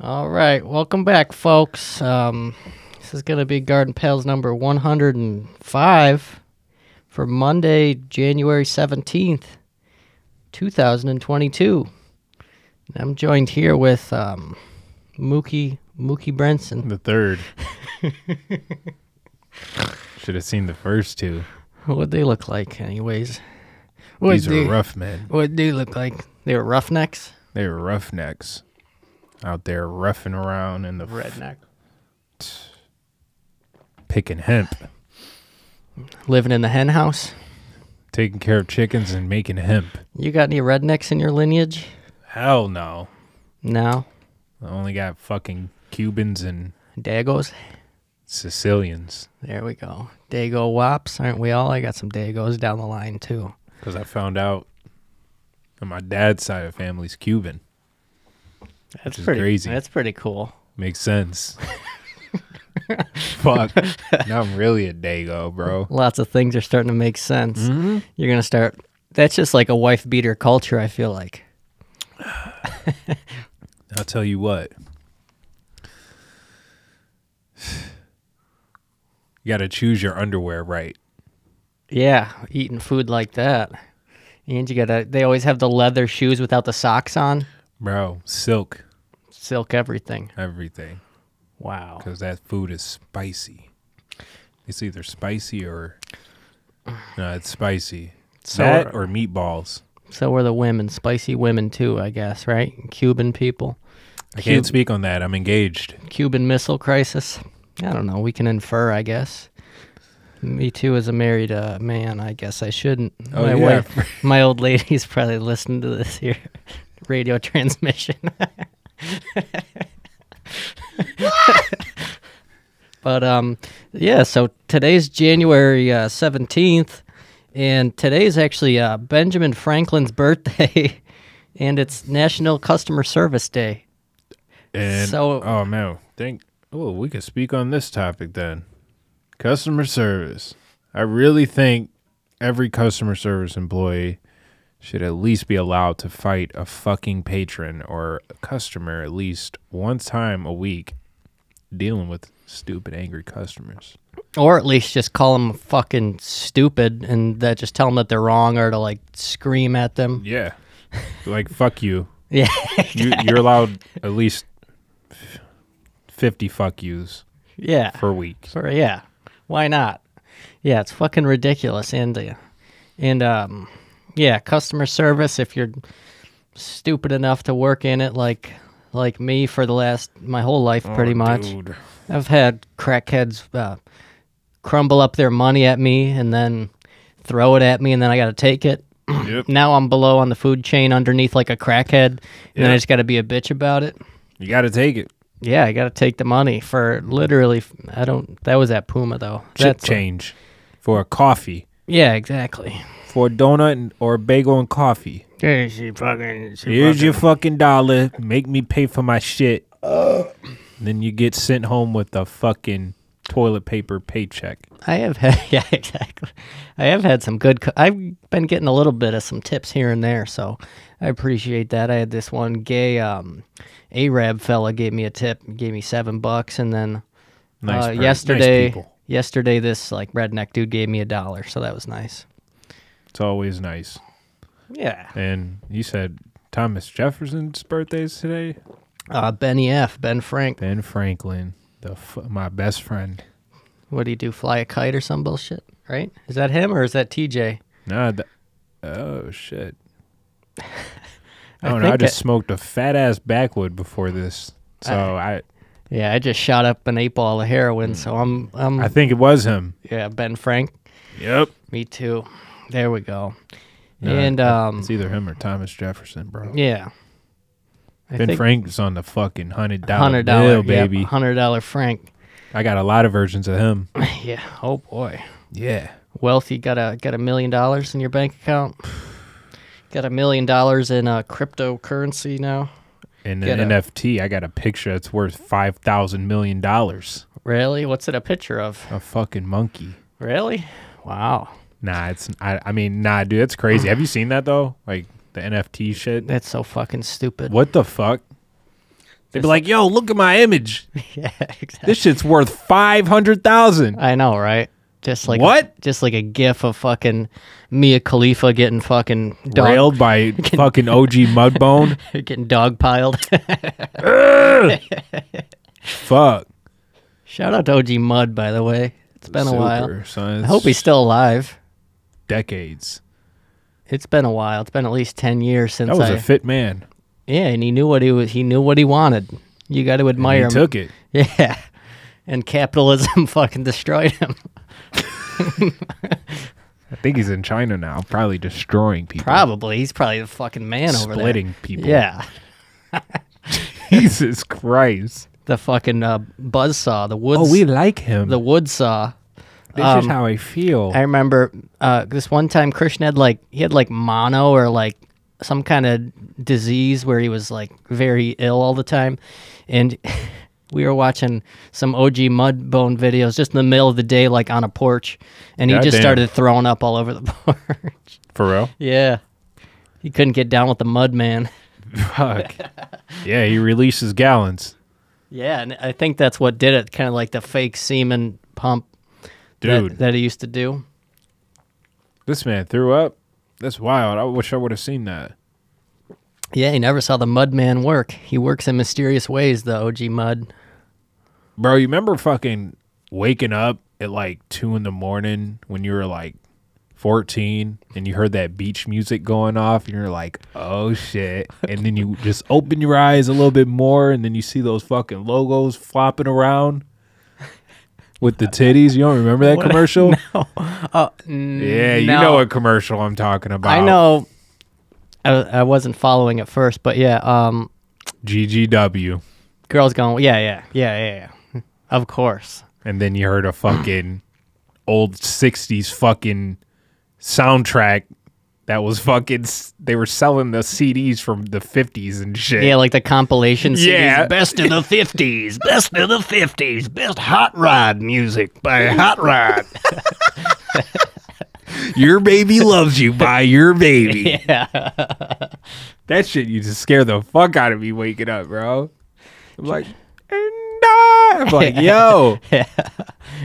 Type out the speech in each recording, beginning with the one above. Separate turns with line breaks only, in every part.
All right, welcome back, folks. Um, this is going to be Garden Pals number 105 for Monday, January 17th, 2022. And I'm joined here with um, Mookie Mookie Brenson.
The third. Should have seen the first two.
What they look like, anyways? What
These
they,
were rough men.
What they look like? They were roughnecks,
They were roughnecks out there roughing around in the f-
redneck,
picking hemp,
living in the hen house.
taking care of chickens and making hemp.
You got any rednecks in your lineage?
Hell no.
No,
I only got fucking Cubans and
Dagos.
Sicilians
There we go. Dago wops, aren't we all? I got some Dagos down the line too.
because I found out that my dad's side of family's Cuban.
That's
is
pretty
crazy.
That's pretty cool.
Makes sense. Fuck. Now I'm really a Dago, bro.
Lots of things are starting to make sense.
Mm-hmm.
You're gonna start. That's just like a wife beater culture. I feel like.
I'll tell you what. You got to choose your underwear right.
Yeah, eating food like that, and you gotta. They always have the leather shoes without the socks on.
Bro, silk,
Silk everything.
everything.
Wow.
Because that food is spicy. It's either spicy or. No, it's spicy.
So-
that or meatballs.
So were the women, spicy women too, I guess, right? Cuban people.
I can't speak on that. I'm engaged.
Cuban Missile Crisis. I don't know. We can infer, I guess. Me too, as a married uh, man, I guess I shouldn't.
Oh,
my
yeah.
wife, my old lady's probably listening to this here radio transmission. but um, yeah. So today's January uh, 17th, and today's actually uh, Benjamin Franklin's birthday, and it's National Customer Service Day.
And
So-
oh man, think oh we could speak on this topic then. Customer service. I really think every customer service employee should at least be allowed to fight a fucking patron or a customer at least one time a week dealing with stupid angry customers.
or at least just call them fucking stupid and that just tell them that they're wrong or to like scream at them
Yeah. like fuck you.
yeah
you you're allowed at least 50 fuck yous
yeah
per week.
or yeah why not yeah it's fucking ridiculous and uh, and um yeah customer service if you're stupid enough to work in it like like me for the last my whole life pretty much
Oh, Dude.
I've had crackheads uh, crumble up their money at me and then throw it at me, and then I got to take it.
Yep.
now I'm below on the food chain underneath like a crackhead, and then I
Yeah.
just got to be a bitch about it.
You got to take it.
Yeah, I got to take the money for literally. I don't. That was at Puma though.
chip
That's-
change for a coffee,
yeah, exactly.
for a donut and, or a bagel and coffee.
Here's your fucking.
Here's your fucking dollar. Make me pay for my shit. then you get sent home with a fucking toilet paper paycheck.
I have had. Yeah, exactly. I have had some good. cu- I've been getting a little bit of some tips here and there, so I appreciate that. I had this one gay um, Arab fella gave me a tip, gave me seven bucks, and then
Nice.
uh,
per-
yesterday,
nice people.
yesterday this like redneck dude gave me a dollar, so that was nice.
It's always nice.
Yeah.
And you said Thomas Jefferson's birthday is today.
Uh, Benny F. Ben Frank.
Ben Franklin, the f- my best friend.
What do you do? Fly a kite or some bullshit? Right? Is that him or is that TJ?
Nah. Th- oh shit. I don't know.
think
I just
it-
smoked a fat ass backwood before this, so I
Yeah, I just shot up an eight ball of heroin, so I'm I'm
I think it was him.
yeah Ben Frank.
Yep.
Me too. There we go.
No,
and um,
It's either him or Thomas Jefferson, bro.
yeah, I
ben
think
Frank's on the fucking hundred dollar
hundred
bill,
dollar
baby.
hundred dollar Frank.
I got a lot of versions of him.
yeah. Oh boy,
Yeah.
wealthy got a got a million dollars in your bank account. got a million dollars in uh, cryptocurrency now.
And
Get
an
a-
NFT, I got a picture that's worth five thousand million dollars.
Really? What's it a picture of?
A fucking monkey.
Really? Wow.
Nah, it's I. I mean, nah, dude, that's crazy. Have you seen that though? Like the NFT shit.
That's so fucking stupid.
What the fuck? They'd be like, "Yo, look at my image.
yeah, exactly.
This shit's worth five hundred thousand.
I know, right? Just like a-
What?
just like a gif of fucking Mia Khalifa getting fucking dog,
Railed by fucking OG Mudbone.
getting dogpiled.
Fuck.
Shout out to OG Mud, by the way. It's been a while.
Super, son.
I hope he's still alive.
decades.
It's been a while. It's been at least ten years since
That was
I.
a fit man.
yeah, and he knew what he was. He knew what he wanted. You got to admire
He
him.
took it.
Yeah. And capitalism fucking destroyed him.
I think he's in China now, probably destroying people,
Probably. He's probably the fucking man over there.
splitting people.
Yeah.
Jesus Christ.
The fucking uh, buzzsaw, the woods,
Oh, we like him.
the wood saw.
this
Um,
is how I feel.
I remember uh, this one time Krishna had like he had like mono or like some kind of disease where he was like very ill all the time, and we were watching some OG Mudbone videos just in the middle of the day, like on a porch, and he just
Goddamn.
started throwing up all over the porch.
For real?
yeah, he couldn't get down with the mud man.
Fuck. yeah, he releases gallons.
Yeah, and I think that's what did it, kind of like the fake semen pump that-
Dude,
that he used to do.
this man threw up. That's wild. I wish I would have seen that.
Yeah, he never saw the Mud Man work. He works in mysterious ways, the OG Mud.
Bro, you remember fucking waking up at like two in the morning when you were like 14 and you heard that beach music going off and you're like, oh shit. And then you just open your eyes a little bit more and then you see those fucking logos flopping around with the titties. You don't remember that commercial? yeah, you
no.
know what commercial I'm talking about.
Mm, I know I, I wasn't following at first, but yeah, um,
GGW.
girls going, yeah, yeah, yeah, yeah, yeah. Of course.
and then you heard a fucking old 60s fucking soundtrack that was fucking s- they were selling the CDs from the 50s and shit.
Yeah, like the compilation CDs.
Yeah.
Best of the 50s, best of the 50s, best hot rod music by Hot Rod.
Your baby loves you by your baby. that shit you just scare the fuck out of me waking up, bro. I'm like and I- I'm like, yo,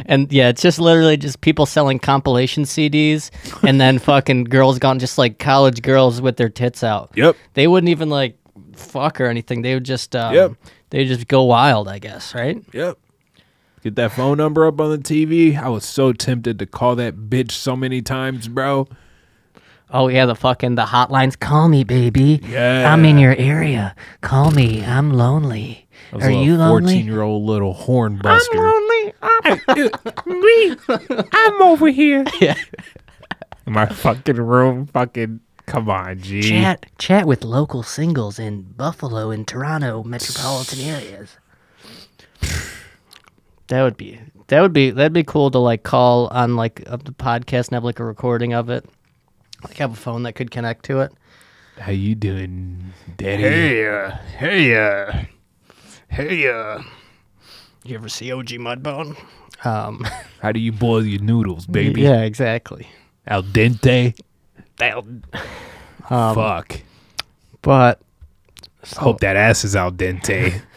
and yeah, it's just literally just people selling compilation CDs and then fucking girls gone, just like college girls with their tits out.
yep,
They wouldn't even like fuck or anything. They would just um,
Yep.
they would just go wild, I guess, right?
yep. Get that phone number up on the TV. I was so tempted to call that bitch so many times, bro.
Oh yeah, the fucking the hotlines. Call me, baby.
Yeah.
I'm in your area. Call me. I'm lonely.
I was
Are
a
you lonely?
Fourteen-year-old little horn buster.
lonely. I'm, me, I'm over here.
in my fucking room. Fucking come on, G.
Chat chat with local singles in Buffalo and Toronto metropolitan areas. That would be that would be that'd be cool to like call on like a, the podcast and have like a recording of it. Like have a phone that could connect to it.
How you doing, Daddy?
Hey, uh, hey, uh, hey, uh.
You ever see OG Mudbone? Um,
How do you boil your noodles, baby?
yeah, exactly.
Al dente.
That'll-
Fuck.
But oh.
Hope that ass is al dente.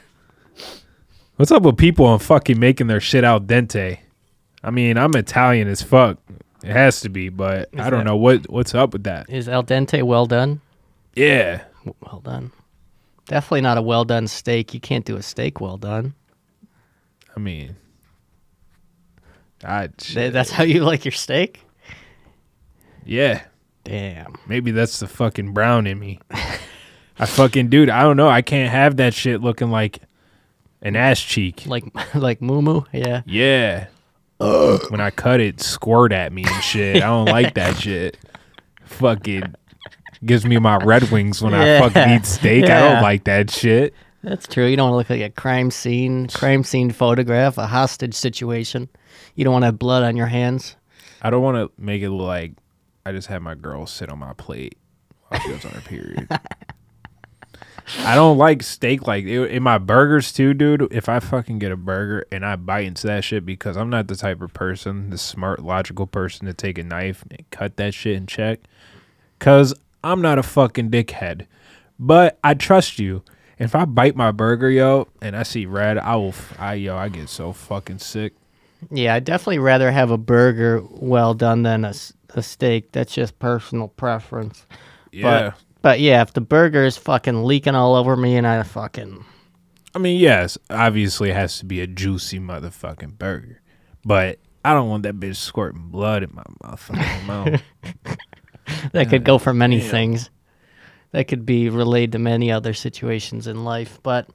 What's up with people on fucking making their shit al dente? I mean, I'm Italian as fuck. It has to be, but I don't
that-
know what what's up with that.
is al dente well done?
Yeah.
W- Well done. Definitely not a well done steak. You can't do a steak well done.
I mean, I
Th- That's how you like your steak?
yeah.
Damn.
Maybe that's the fucking brown in me. I fucking dude, I don't know. I can't have that shit looking like an ass cheek.
Like like moo Yeah.
Yeah. When I cut it, squirt at me and shit. I don't like that shit. Fucking gives me my red wings when
Yeah.
I fucking eat steak. I
Yeah.
don't like that shit.
That's true. You don't want to look like a crime scene, crime scene photograph, a hostage situation. You don't want to have blood on your hands.
I don't want to make it look like I just had my girl sit on my plate while she was on her period. I don't like steak like it, in my burgers too, dude. If I fucking get a burger and I bite into that shit because I'm not the type of person, the smart, logical person to take a knife and cut that shit and check, cause I'm not a fucking dickhead. But I trust you, If I bite my burger, yo, and I see red, I will. F- I yo, I get so fucking sick.
Yeah, I'd definitely rather have a burger well done than a, s- a steak. That's just personal preference.
Yeah.
But, but yeah, if the burger is fucking leaking all over me and I fucking.
I mean, yes, obviously it has to be a juicy motherfucking burger, but I don't want that bitch squirting blood in my motherfucking mouth.
That could go for many things. That could be relayed to many other situations in life. But,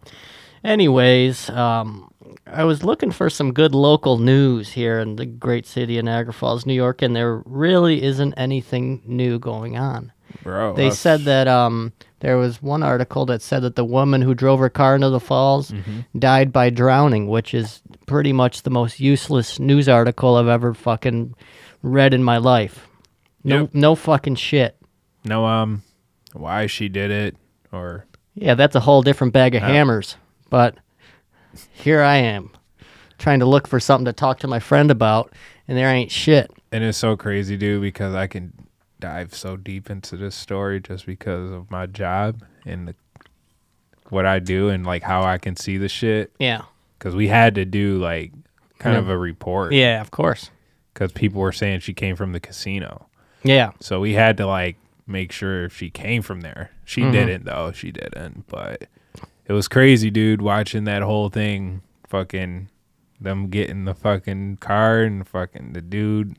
anyways, um, I was looking for some good local news here in the great city of Niagara Falls, New York, and there really isn't anything new going on.
Bro,
They
I-
said that um, there was one article that said that the woman who drove her car into the falls died by drowning, which is pretty much the most useless news article I've ever fucking read in my life. No,
Yep.
no fucking shit.
no, um, why she did it or
Yeah, that's a whole different bag of hammers. But here I am, trying to look for something to talk to my friend about, and there ain't shit.
And it's so crazy, dude, because I can dive so deep into this story just because of my job and the, what I do and like how I can see the shit.
Yeah.
Because we had to do like kind of a report
Yeah, of course.
because people were saying she came from the casino.
Yeah.
So we had to like make sure if she came from there. She
Mm-hmm.
didn't, though. She didn't. But it was crazy, dude, watching that whole thing fucking them getting the fucking car and fucking the dude,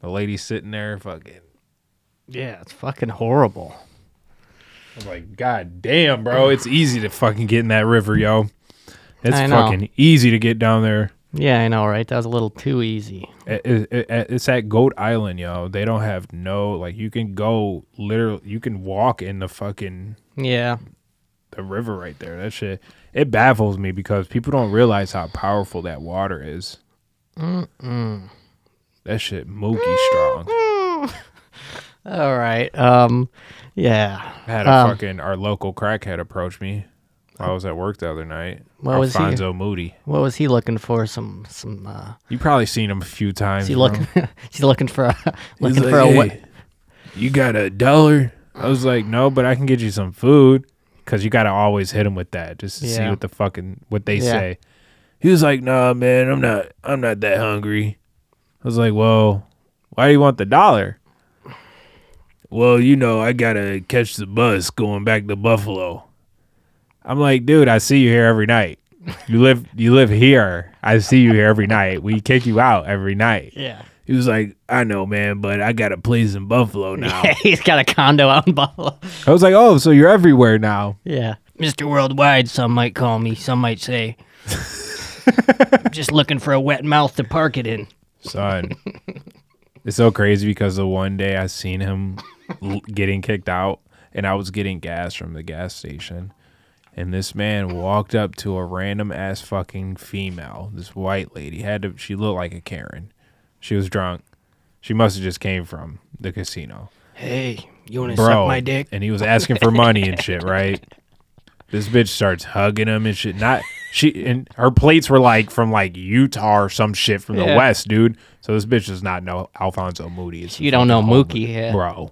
the lady sitting there fucking.
Yeah, it's fucking horrible.
I'm like, God damn, bro. It's easy to fucking get in that river, yo. It's
I know.
fucking easy to get down there.
Yeah, I know, right? That was a little too easy.
It- it- it- it's at Goat Island, yo. They don't have no, like, you can go literally, you can walk in the fucking
Yeah.
the river right there. That shit, it baffles me because people don't realize how powerful that water is. That shit, Mookie strong.
All right. Um, yeah.
I had a fucking, our local crackhead approach me while I was at work the other night.
What was he-
Alfonso Moody.
What was he looking for? Some some. Uh,
You probably seen him a few times.
is he
bro.
looking? is he looking for a
He's
looking
like,
for a what?
"Hey, You got a dollar? I was like, no, but I can get you some food because you got to always hit him with that just to see
Yeah.
what the fucking what they
Yeah.
say. He was like, nah, man, I'm not, I'm not that hungry. I was like, well, why do you want the dollar? Well, you know, I gotta catch the bus going back to Buffalo. I'm like, dude, I see you here every night. You live, you live here. I see you here every night. We kick you out every night.
Yeah.
He was like, I know, man, but I got a place in Buffalo now.
He's got a condo out in Buffalo.
I was like, oh, so you're everywhere now.
Yeah. Mr. Worldwide, some might call me. Some might say. Just looking for a wet mouth to park it in.
Son, it's so crazy because the one day I seen him l- getting kicked out and I was getting gas from the gas station. And this man walked up to a random ass fucking female, this white lady. Had to, she looked like a Karen. She was drunk. She must have just came from the casino.
Hey, you want to
bro,
suck my dick?
and he was asking for money and shit, right? This bitch starts hugging him and shit. Not she and her plates were like from like Utah or some shit from the
Yeah.
West, dude. So this bitch does not know Alfonso Moody. It's
You don't know
fucking
Mookie,
homie,
yeah.
bro.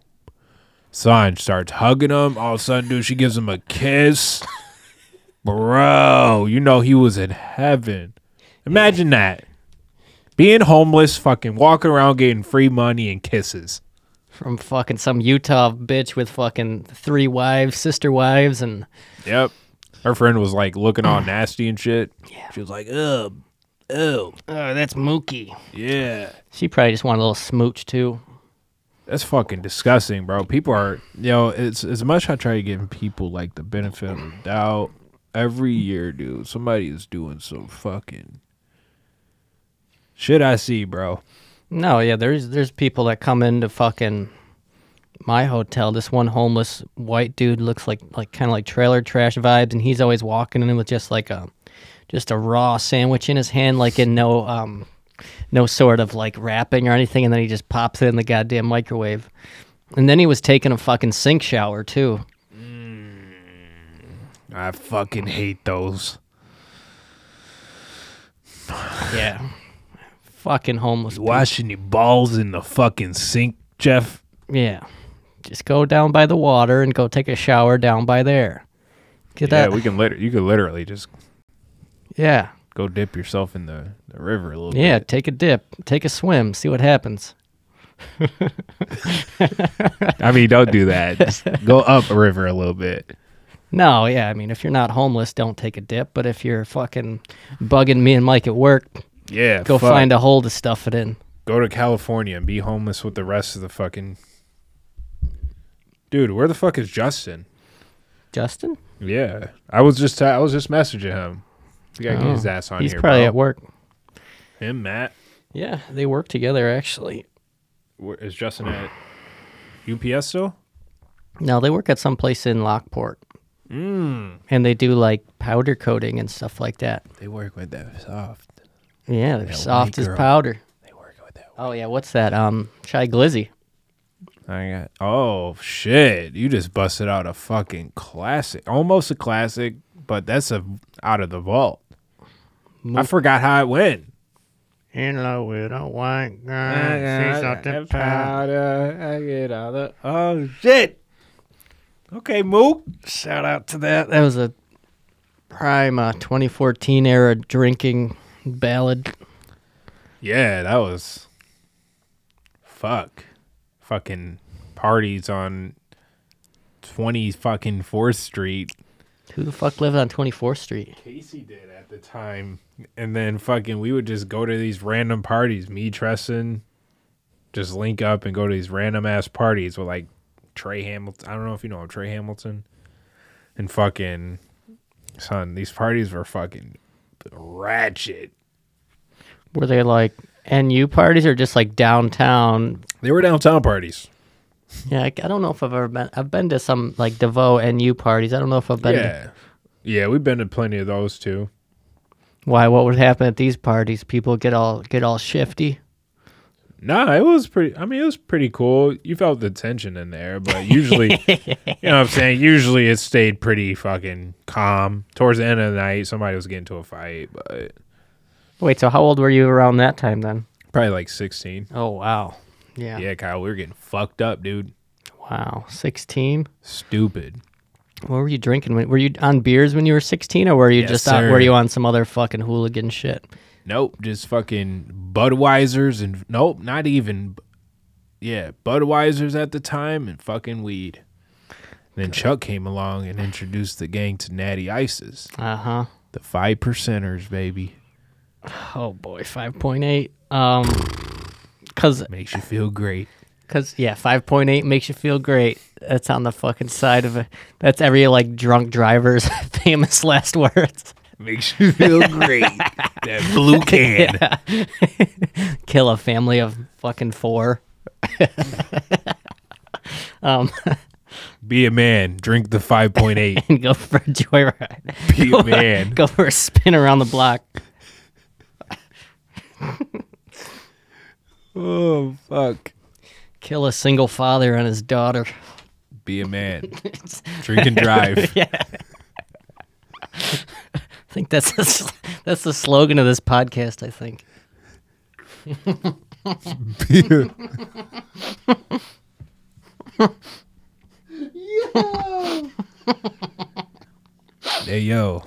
Son starts hugging him. All of a sudden, dude, she gives him a kiss. Bro, you know he was in heaven. Imagine that. Being homeless, fucking walking around getting free money and kisses.
From fucking some Utah bitch with fucking three wives, sister wives, and
Yep. Her friend was like looking all nasty and shit. Yeah. She was like, "Ugh,
oh,
ew,
that's Mookie.
yeah."
She probably just wanted a little smooch too.
That's fucking disgusting, bro. People are, you know, it's as much I try to give people like the benefit of the doubt. Every year, dude, somebody is doing some fucking shit. I see, bro.
No, yeah, there's there's people that come into fucking my hotel. This one homeless white dude looks like like kind of like trailer trash vibes, and he's always walking in with just like a just a raw sandwich in his hand, like in no um no sort of like wrapping or anything, and then he just pops it in the goddamn microwave. And then he was taking a fucking sink shower too.
I fucking hate those.
Yeah, fucking homeless.
Washing your balls in the fucking sink, Jeff.
Yeah. Just go down by the water and go take a shower down by there. Get
yeah,
that.
we can liter- you could literally just
yeah.
go dip yourself in the, the river a little
Yeah.
bit.
Take a dip. Take a swim. See what happens.
I mean, don't do that. Just go up a river a little bit.
No, yeah. I mean, if you're not homeless, don't take a dip. But if you're fucking bugging me and Mike at work,
Yeah.
go
fuck.
find a hole to stuff it in.
Go to California and be homeless with the rest of the fucking. Dude, where the fuck is Justin?
Justin?
Yeah, I was just I was just messaging him. We gotta get
Oh,
his ass on
He's
here.
probably
bro.
at work.
Him, Matt.
Yeah, they work together actually.
Where, is Justin at UPS still?
No, they work at some place in Lockport,
Mm.
and they do like powder coating and stuff like that.
They work with that soft.
Yeah, they're
That
soft
white
as
girl.
powder.
They work with that.
Oh yeah, what's that? Um, Chai Glizzy.
I got. Oh shit! You just busted out a fucking classic, almost a classic, but that's a out of the vault. I forgot how it went.
In love with a white
I get out of. Oh shit! Okay, Mook.
Shout out to that. That was a prime uh, 2014 era drinking ballad.
Yeah, that was fuck. Fucking parties on twenty fucking fourth street.
Who the fuck lived on 24th Street?
Casey did at the time. And then fucking we would just go to these random parties. Me Tresson just link up and go to these random ass parties with like Trey Hamilton. I don't know if you know him, Trey Hamilton. And fucking son, these parties were fucking ratchet.
Were they like NU parties or just like downtown?
They were downtown parties.
Yeah, I, I don't know if I've ever been. I've been to some like DeVoe NU parties. I don't know if I've been. To,
yeah. Yeah, we've been to plenty of those too.
why? What would happen at these parties? People get all get all shifty.
Nah, it was pretty. I mean, it was pretty cool. You felt the tension in there, but usually, you know what I'm saying? Usually it stayed pretty fucking calm. Towards the end of the night, somebody was getting to a fight, but
Wait, so how old were you around that time then?
probably like 16.
Oh wow. Yeah.
Yeah, Kyle, we were getting fucked up, dude.
Wow. 16.
Stupid.
What were you drinking? When, were you on beers when you were 16 or were you
Yes,
just out,
sir.
were you on some other fucking hooligan shit?
Nope, just fucking Budweisers and nope, not even. Yeah, Budweisers at the time and fucking weed. Then Chuck came along and introduced the gang to Natty Ices.
Uh-huh.
The five percenters, baby.
Oh boy, 5.8. Um cuz
Makes you feel great.
cuz yeah, 5.8 makes you feel great. That's on the fucking side of it. That's every like drunk driver's famous last words.
Makes you feel great. that blue can.
Kill a family of fucking 4. um
Be a man. Drink the 5.8.
and go for a joyride.
Be a man.
Go for a spin around the block.
oh, fuck.
Kill a single father and his daughter.
Be a man. Drink and drive.
I think that's the, s- that's the slogan of this podcast. I think.
hey, yo.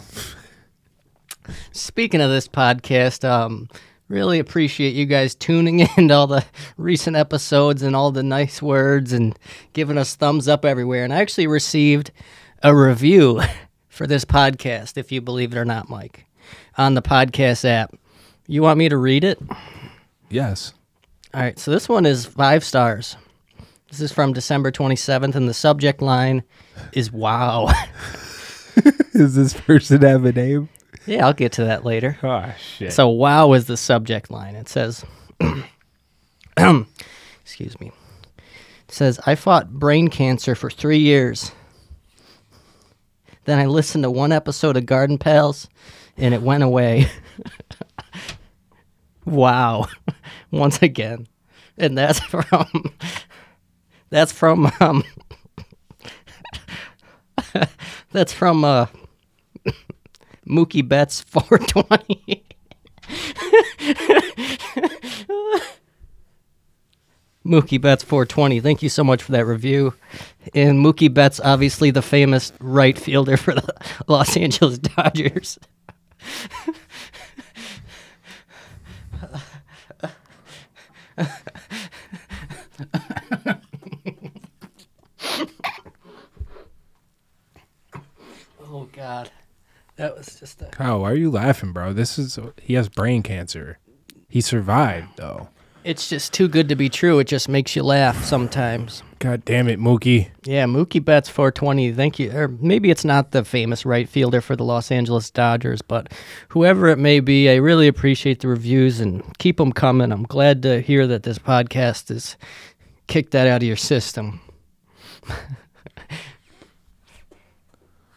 Speaking of this podcast, um, really appreciate you guys tuning in to all the recent episodes and all the nice words and giving us thumbs up everywhere. And I actually received a review for this podcast, if you believe it or not, Mike, on the podcast app. You want me to read it?
Yes.
All right, so this one is five stars. This is from December 27th, and the subject line is wow.
Does this person have a name?
yeah, I'll get to that later.
Oh, shit.
So, wow is the subject line. It says, excuse me. It says, I fought brain cancer for three years. Then I listened to one episode of Garden Pals and it went away. wow. Once again. And that's from, that's from, um, that's from, uh, Mookie Betts 420. Mookie Betts 420. Thank you so much for that review. And Mookie Betts, obviously the famous right fielder for the Los Angeles Dodgers. oh God, that was just a
Kyle, why are you laughing, bro? This is he has brain cancer. He survived though.
It's just too good to be true. It just makes you laugh sometimes.
God damn it, Mookie.
Yeah, Mookie Betts 420. Thank you. Or maybe it's not the famous right fielder for the Los Angeles Dodgers, but whoever it may be, I really appreciate the reviews and keep them coming. I'm glad to hear that this podcast has kicked that out of your system.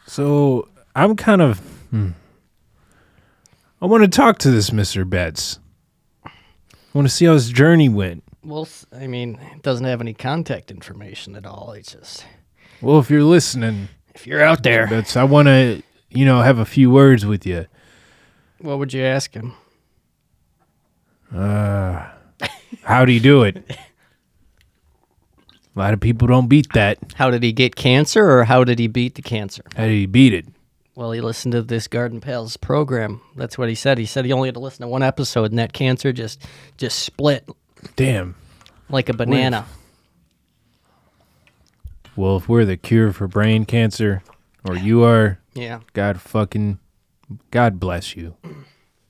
So I'm kind of. hmm. I want to talk to this Mister Betts. I want to see how his journey went.
Well, s- I mean, it doesn't have any contact information at all. It's just
Well, if you're listening,
if you're out there,
Betts, I want to, you know, have a few words with you.
what would you ask him?
How do you do it? A lot of people don't beat that.
How did he get cancer, or how did he beat the cancer?
How do you beat it?
Well, he listened to this Garden Pals program. That's what he said. He said he only had to listen to one episode, and that cancer just just split
Damn.
like a banana.
Well, if we're the cure for brain cancer, or you are,
Yeah.
God fucking, God bless you.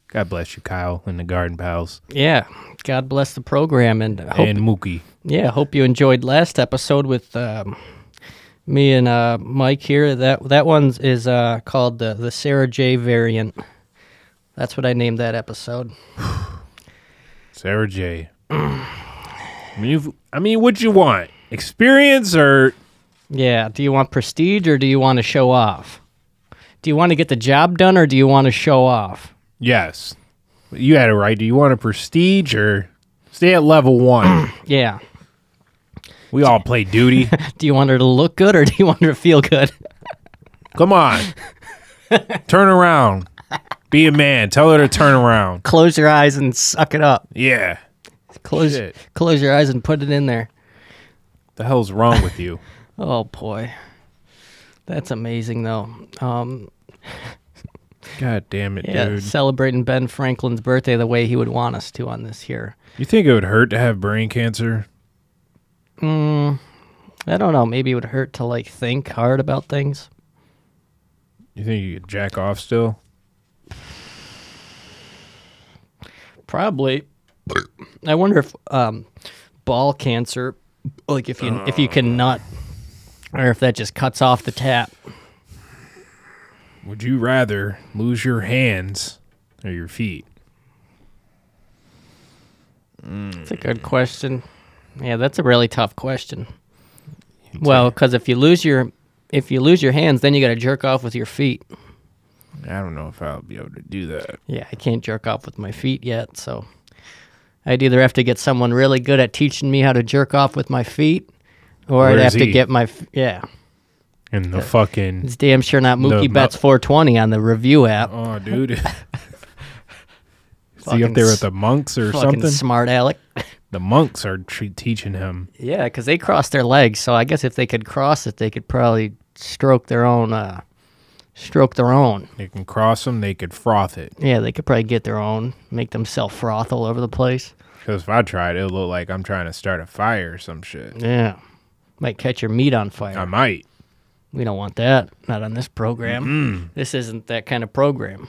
God bless you, Kyle, and the Garden Pals,
Yeah. God bless the program, and I hope
and Mookie.
yeah, hope you enjoyed last episode with um, me and uh, Mike here. That that one is uh, called the the Sarah J variant. That's what I named that episode.
Sarah J. I mean, you've- I mean, what you want? Experience or
Yeah. Do you want prestige or do you want to show off? Do you want to get the job done or do you want to show off?
yes? You had it right. Do you want a prestige or stay at level one?
Yeah.
we all play duty.
Do you want her to look good or do you want her to feel good?
Come on, turn around. Be a man. Tell her to turn around.
Close your eyes and suck it up.
Yeah.
Close
Shit.
close your eyes and put it in there.
The hell's wrong with you?
Oh boy. That's amazing though. Um
God damn it,
yeah,
dude.
celebrating Ben Franklin's birthday the way he would want us to on this here.
You think it would hurt to have brain cancer?
I don't know, maybe it would hurt to like think hard about things.
You think you could jack off still?
Probably. I wonder if um ball cancer like if you if you
Uh.
can nut or if that just cuts off the tap.
Would you rather lose your hands or your feet?
That's a good question. Yeah, that's a really tough question. Well, because if you lose your if you lose your hands, then you got to jerk off with your feet.
I don't know if I'll be able to do that.
Yeah, I can't jerk off with my feet yet, so I'd either have to get someone really good at teaching me how to jerk off with my feet, or I'd
Where's
have to
he?
get my f- yeah.
And the fucking
It's damn sure not Mookie
The mo-
Betts 420 on the review app.
oh, dude, is he
Fucking
up there
s-
with the monks or
Fucking
something?
smart aleck.
the monks are tre- teaching him.
Yeah, because they cross their legs, so I guess if they could cross it, they could probably stroke their own. Uh, stroke their own.
They can cross them. They could froth it.
Yeah, they could probably get their own, make themselves froth all over the place.
Because if I tried, it'll look like I'm trying to start a fire or some shit.
Yeah. Um, Might catch your meat on fire.
I might.
we don't want that. Not on this program. This isn't that kind of program.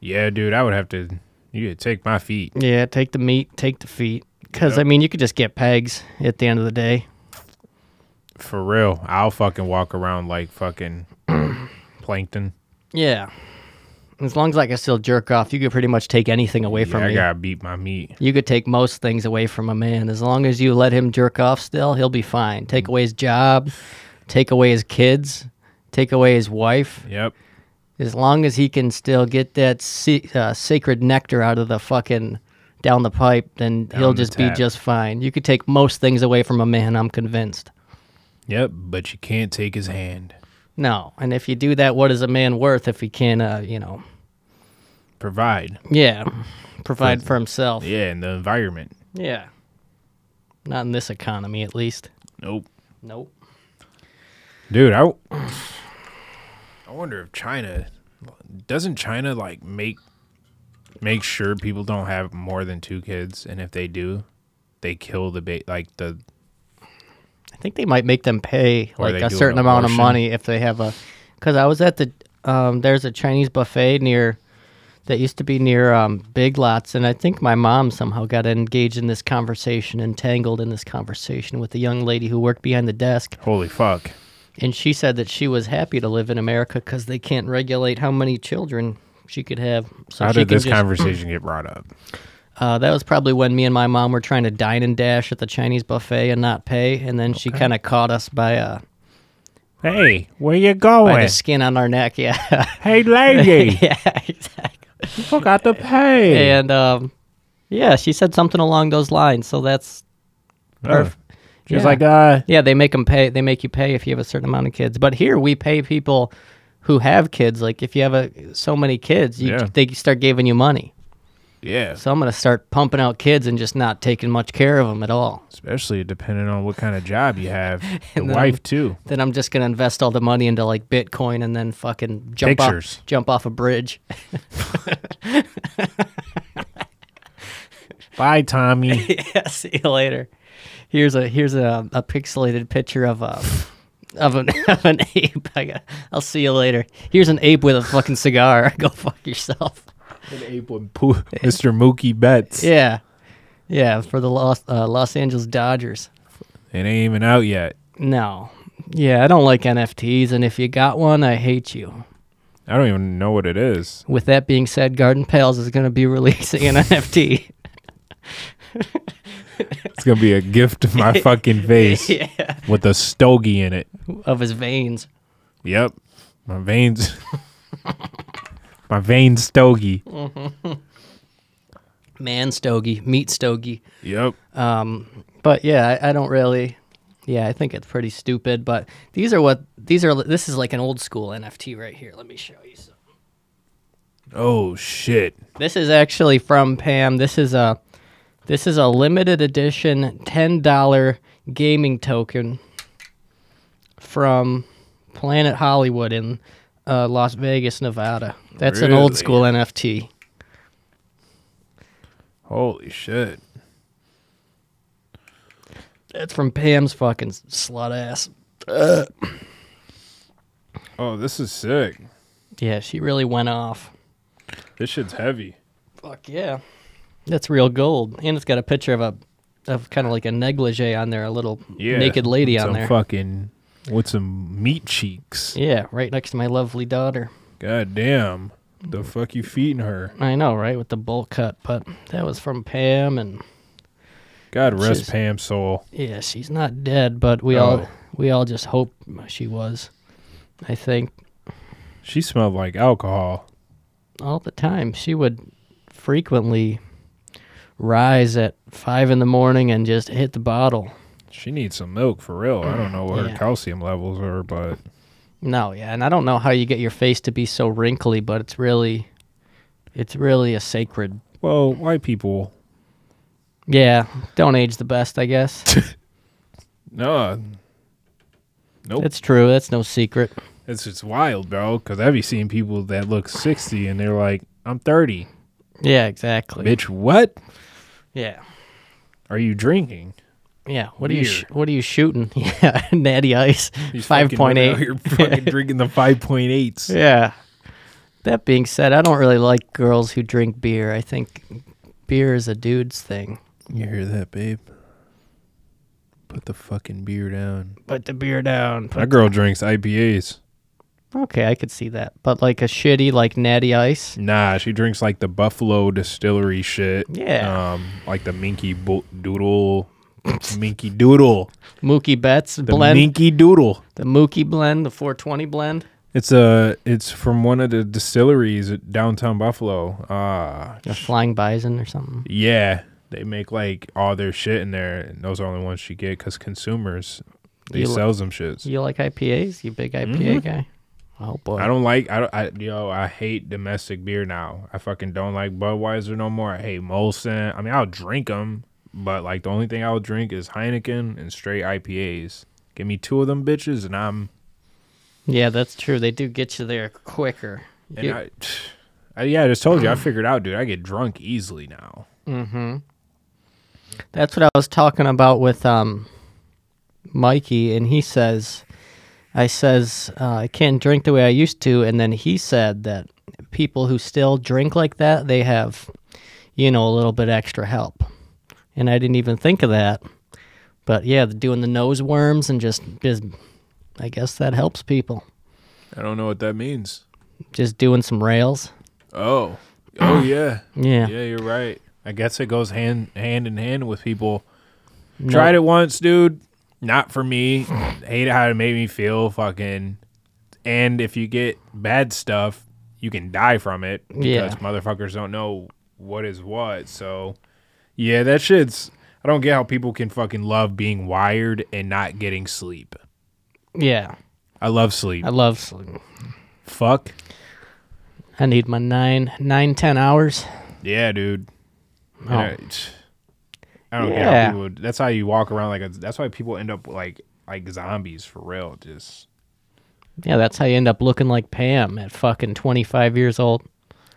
Yeah, dude, I would have to. You could take my feet.
Yeah, take the meat, take the feet. Because, I mean, you could just get pegs at the end of the day.
For real, I'll fucking walk around like fucking plankton.
Yeah. As long as I can still jerk off, you could pretty much take anything away
Yeah,
from
I
me.
gotta beat my meat.
You could take most things away from a man. As long as you let him jerk off still, he'll be fine. Take away his job, take away his kids, take away his wife.
Yep.
As long as he can still get that se- uh, sacred nectar out of the fucking down the pipe, then he'll
the
just be
tap.
just fine. You could take most things away from a man, I'm convinced.
Yep. But you can't take his hand.
No, and if you do that, what is a man worth if he can't, uh, you know,
Provide.
yeah, provide for himself?
Yeah, and the environment.
Yeah. Not in this economy, at least.
Nope.
Nope.
Dude, I, w- I wonder if China doesn't China like make make sure people don't have more than two kids, and if they do, they kill the ba- like the
I think they might make them pay
Or
like
they
a
do an
certain amount of
abortion.
money if they have a. Because I was at the um, there's a Chinese buffet near that used to be near um, Big Lots, and I think my mom somehow got engaged in this conversation, entangled in this conversation with a young lady who worked behind the desk,
holy fuck.
and she said that she was happy to live in America because they can't regulate how many children she could have. So
How
she
did
can
this
just-
conversation get brought up?
Uh, that was probably when me and my mom were trying to dine and dash at the Chinese buffet and not pay, and then she kind of caught us by uh,
Hey, where you
by
going?
the skin on our neck. Yeah,
Hey, lady,
yeah, exactly.
you forgot to pay.
And um, yeah, she said something along those lines. So that's
Oh,
perfect.
just
yeah.
like uh,
yeah, they make 'em pay. They make you pay if you have a certain amount of kids. But here we pay people who have kids. Like if you have a, so many kids, you,
Yeah.
they start giving you money.
yeah,
So I'm gonna start pumping out kids and just not taking much care of them at all.
especially depending on what kind of job you have, your
And then-
wife too.
then I'm just gonna invest all the money into like Bitcoin and then fucking jump
Pictures.
off, jump off a bridge.
Bye, Tommy.
yeah, see you later. Here's a here's a, a pixelated picture of a of an of an ape. I got, I'll see you later. Here's an ape with a fucking cigar. Go fuck yourself.
Mr. Mookie Betts.
Yeah, yeah. For the Los uh, Los Angeles Dodgers.
It ain't even out yet.
No. Yeah, I don't like NFTs, and if you got one, I hate you.
I don't even know what it is.
With that being said, Garden Pals is going to be releasing an NFT.
It's gonna be a gift to my fucking face
yeah,
with a stogie in it.
of his veins.
Yep, my veins, my veins stogie.
man stogie, meat stogie.
Yep.
Um, but yeah, I, I don't really. Yeah, I think it's pretty stupid. But these are what these are. This is like an old school NFT right here. Let me show you. some.
Oh shit.
This is actually from Pam. This is a this is a limited edition ten dollar gaming token from Planet Hollywood in uh, Las Vegas, Nevada. That's an
Really?
old school NFT.
Holy shit.
That's from Pam's fucking slut ass.
Oh, this is sick.
Yeah, she really went off.
This shit's heavy.
Fuck yeah. That's real gold. And it's got a picture of a of kind of like a negligee on there, a little naked lady
With
on
some
there.
Fucking with some meat cheeks.
Yeah, right next to my lovely daughter.
God damn. The fuck you feeding her?
I know, right, with the bowl cut, but that was from Pam and
God rest
Jeez.
Pam's soul.
yeah, she's not dead, but we all
Oh.
we all just hope she was. I think
She smelled like alcohol.
all the time she would frequently rise at five in the morning and just hit the bottle.
She needs some milk for real. I don't know what her
Yeah.
calcium levels are, but
No, yeah, and I don't know how you get your face to be so wrinkly, but it's really, it's really a sacred.
well, white people.
Yeah, don't age the best, I guess.
No, nope. It's,
That's true. That's no secret.
it's just wild, bro. Because I've seen people that look sixty and they're like, "I'm 30.
Yeah, exactly.
bitch. What
Yeah,
are you drinking?
yeah. What are you? Sh-
Weird.
what are you shooting? Yeah, natty ice,
These
five
fucking women
point
out
eight.
here fucking drinking the five point eights.
Yeah. That being said, I don't really like girls who drink beer. I think beer is a dude's thing.
You hear that, babe? Put the fucking beer down.
Put the beer down.
That girl drinks IPAs.
Okay, I could see that, but like a shitty like natty ice.
Nah, she drinks like the Buffalo Distillery shit.
Yeah.
Um, like the Minky Bo- Doodle. Minky Doodle.
Mookie Betts
The
blend.
Minky Doodle.
The Mookie blend, the 420 blend.
It's a. It's from one of the distilleries at downtown Buffalo. Uh
The Flying Bison or something.
yeah, they make like all their shit in there, and those are the only ones you get because consumers they
You li-
sells them shits.
You like IPAs? You big IPA guy? Oh boy.
Mm-hmm. I don't like I don't I yo I hate domestic beer now. I fucking don't like Budweiser no more. I hate Molson. I mean I'll drink them, But like the only thing I'll drink is Heineken and straight IPAs. Give me two of them bitches and I'm
Yeah, that's true. They do get you there quicker.
and I, I yeah, I just told
Mm.
you I figured out, dude, I get drunk easily now.
That's what I was talking about with um, Mikey, and he says, I says uh, I can't drink the way I used to, and then he said that people who still drink like that, they have, you know, a little bit extra help, and I didn't even think of that, but yeah, doing the nose worms and just just, I guess that helps people.
I don't know what that means.
Just doing some rails,
Oh. Oh yeah.
yeah.
Yeah, you're right. I guess it goes hand hand in hand with people. Tried it once, dude. Not for me. Hate how it made me feel. Fucking. And if you get bad stuff, you can die from it because
Yeah.
motherfuckers don't know what is what. So, yeah, that shit's. I don't get how people can fucking love being wired and not getting sleep.
yeah.
I love sleep.
I love sleep.
Fuck.
I need my nine nine ten hours.
Yeah, dude. And
Oh.
I, tch, I don't care.
Yeah.
How people, would- that's how you walk around like a, that's why people end up like like zombies for real. Just
Yeah, that's how you end up looking like Pam at fucking 25 years old.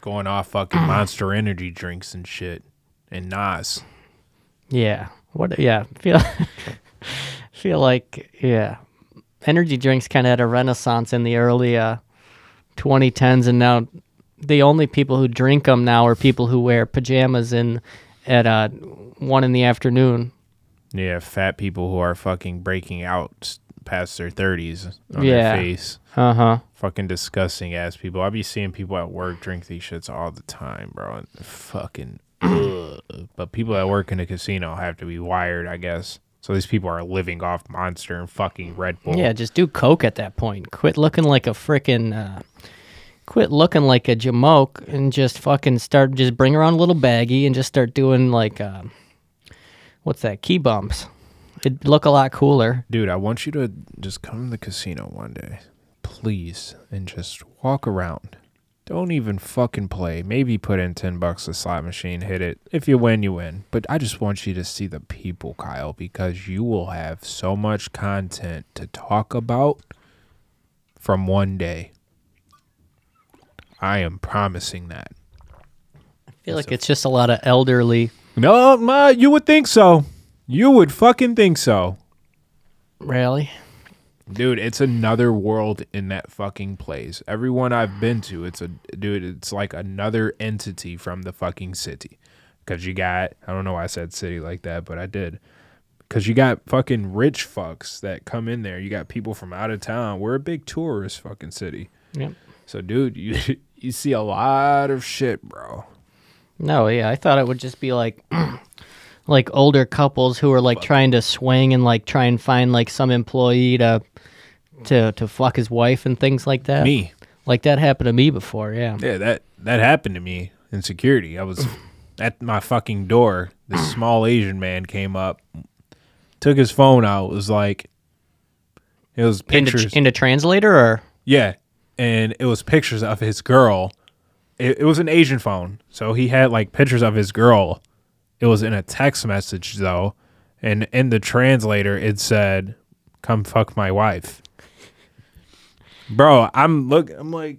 going off fucking monster energy drinks and shit and Nas.
Yeah. What? Yeah. Feel. feel like yeah. Energy drinks kind of had a renaissance in the early uh, 2010s, and now the only people who drink them now are people who wear pajamas in at uh, one in the afternoon.
Yeah, fat people who are fucking breaking out s- past their thirties on
Yeah.
their face.
Uh huh.
Fucking disgusting ass people. I be seeing people at work drink these shits all the time, bro. And fucking, ugh. but people that work in a casino have to be wired, I guess. So these people are living off Monster and fucking Red Bull.
Yeah, just do coke at that point. Quit looking like a frickin' uh, quit looking like a jamoke and just fucking start. Just bring around a little baggie and just start doing like uh, what's that? Key bumps. It'd look a lot cooler.
Dude, I want you to just come to the casino one day, please, and just walk around. Don't even fucking play. Maybe put in 10 bucks a slot machine, hit it. If you win, you win. But I just want you to see the people, Kyle, because you will have so much content to talk about from one day. I am promising that.
I feel like it's just a lot of elderly.
No, ma, you would think so. You would fucking think so.
Really?
Dude, it's another world in that fucking place. Everyone I've been to, it's a dude, it's like another entity from the fucking city. Cause you got I don't know why I said city like that, but I did. Cause you got fucking rich fucks that come in there. You got people from out of town. We're a big tourist fucking city.
Yep.
So dude, you you see a lot of shit, bro.
No, yeah, I thought it would just be like like older couples who are like trying to swing and like try and find like some employee to to to fuck his wife and things like that.
Me.
Like that happened to me before, yeah.
Yeah, that that happened to me in security. I was at my fucking door. This small Asian man came up, took his phone out. Was like, it was pictures.
Into, into translator or
yeah, and it was pictures of his girl. It, it was an Asian phone, so he had like pictures of his girl. It was in a text message though, and in the translator it said, "Come fuck my wife." Bro, I'm look. I'm like,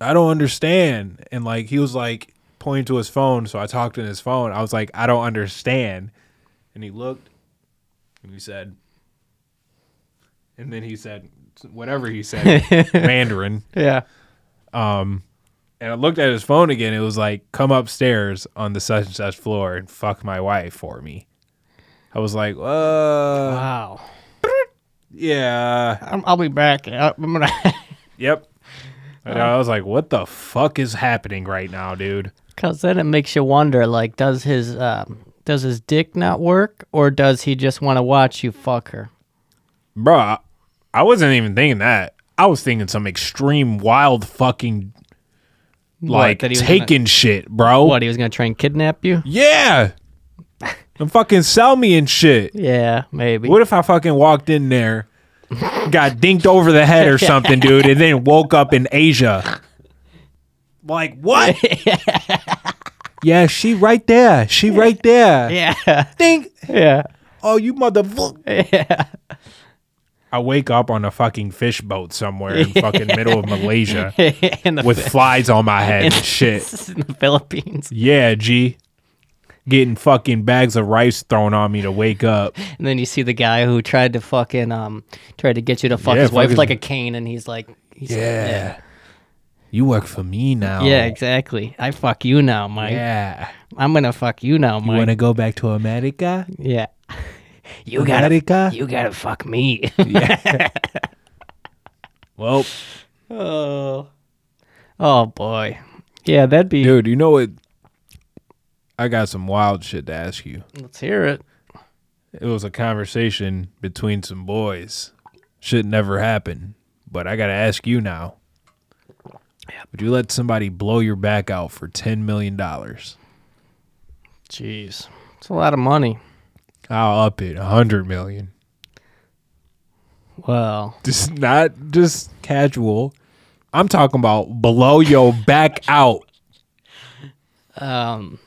I don't understand. And like he was like pointing to his phone, so I talked in his phone. I was like, I don't understand. And he looked and he said and then he said whatever he said Mandarin.
Yeah.
And I looked at his phone again. It was like, come upstairs on the such and such floor and fuck my wife for me. I was like, uh,
Wow.
yeah,
I'm, I'll be back. I- I'm gonna
yep. And I was like, what the fuck is happening right now, dude?
Cause then it makes you wonder, like, does his um, does his dick not work, or does he just want to watch you fuck her?
Bro, I- I wasn't even thinking that. I was thinking some extreme wild fucking like
that he was gonna-
taking shit, bro.
What he was gonna try and kidnap you?
Yeah. And fucking sell me and shit.
Yeah, maybe.
What if I fucking walked in there, got dinked over the head or something, dude, and then woke up in Asia? Like what? Yeah, she right there. She right there.
Yeah.
Think.
Yeah.
Oh, you motherfucker.
Yeah.
I wake up on a fucking fish boat somewhere in fucking middle of Malaysia
in the,
with flies on my head and
Phil-
shit.
in the Philippines.
Yeah, G. Getting fucking bags of rice thrown on me to wake up.
And then you see the guy who tried to fucking um tried to get you to fuck
Yeah,
his wife
fucking-
with like a cane and he's like he's like,
Yeah. You work for me now.
yeah. Yeah, exactly. I fuck you now, Mike.
Yeah.
I'm gonna fuck you now,
You
Mike.
want to go back to America?
Yeah. You gotta
America?
you gotta fuck me.
Well,
oh. Oh boy. Yeah, that'd be
dude, you know what? I got some wild shit to ask you.
let's hear it.
It was a conversation between some boys. Shit never happened. But I got to ask you now. Would you let somebody blow your back out for $10 million?
Jeez. It's a lot of money.
I'll up it. $100 million.
Well,
Just not just casual. I'm talking about blow your back out.
um